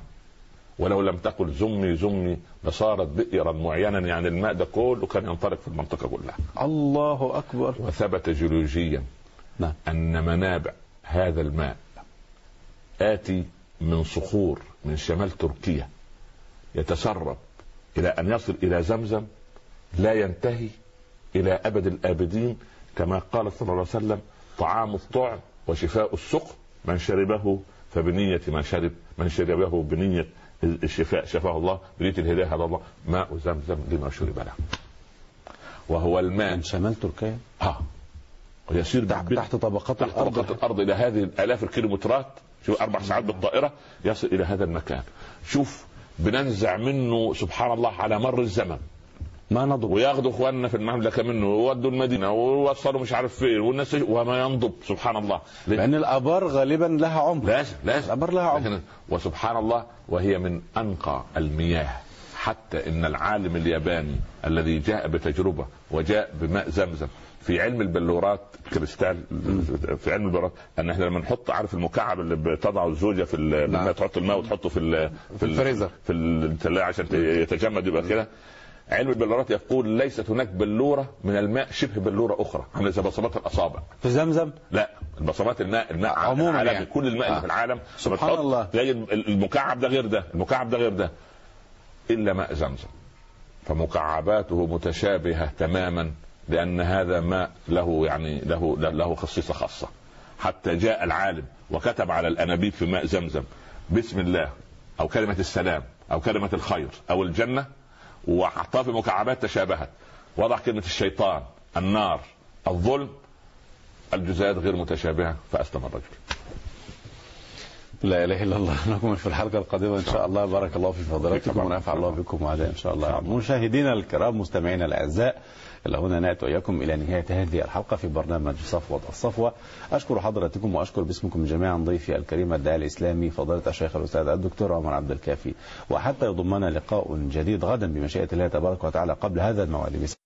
ولو لم تقل زمي زمي لصارت بئرا معينا يعني الماء ده كله كان ينطلق في المنطقه كلها
الله أكبر
وثبت جيولوجيا
نعم.
أن منابع هذا الماء آتي من صخور من شمال تركيا يتسرب إلى أن يصل إلى زمزم لا ينتهي إلى أبد الآبدين كما قال صلى الله عليه وسلم طعام الطعم وشفاء السقم من شربه فبنية من شرب من شربه بنية الشفاء شفاه الله بنية الهداية هدى الله ماء زمزم لما شرب له وهو الماء
من شمال تركيا
ها ويسير
تحت,
بالبر-
تحت طبقات
تحت
الأرض
طبقة الأرض إلى هذه الآلاف الكيلومترات شوف أربع ساعات بالطائرة يصل إلى هذا المكان شوف بننزع منه سبحان الله على مر الزمن
ما نضب
وياخدوا اخواننا في المملكه منه ويودوا المدينه ويوصلوا مش عارف فين والناس وما ينضب سبحان الله ليه؟
لأن الآبار غالبا لها عمر
لازم لازم
الآبار لها عمر
لكن وسبحان الله وهي من انقى المياه حتى ان العالم الياباني الذي جاء بتجربه وجاء بماء زمزم في علم البلورات كريستال في علم البلورات ان احنا لما نحط عارف المكعب اللي بتضعه الزوجه في ال- لما تحط الماء وتحطه في ال- في ال-
نعم. الفريزر.
في الثلاجه عشان يتجمد يبقى كده علم البلورات يقول ليست هناك بلوره من الماء شبه بلوره اخرى عامله زي بصمات الاصابع
في زمزم
لا البصمات الماء الماء
عموماً
عموما
يعني.
يعني. كل الماء اللي
آه.
في العالم
سبحان
بتحط
الله.
زي المكعب ده غير ده المكعب ده غير ده الا ماء زمزم فمكعباته متشابهه تماما لان هذا ماء له يعني له له خصيصه خاصه حتى جاء العالم وكتب على الانابيب في ماء زمزم بسم الله او كلمه السلام او كلمه الخير او الجنه وحطها في مكعبات تشابهت وضع كلمه الشيطان النار الظلم الجزيئات غير متشابهه فاسلم الرجل
لا اله الا الله نكمل في الحلقه القادمه ان شاء الله بارك الله في فضلاتكم
طبعاً.
ونفع الله بكم وعلى ان شاء الله مشاهدينا الكرام مستمعينا الاعزاء الى هنا ناتي واياكم الى نهايه هذه الحلقه في برنامج صفوه الصفوه اشكر حضراتكم واشكر باسمكم جميعا ضيفي الكريم الداعي الاسلامي فضيله الشيخ الاستاذ الدكتور عمر عبد الكافي وحتى يضمنا لقاء جديد غدا بمشيئه الله تبارك وتعالى قبل هذا الموعد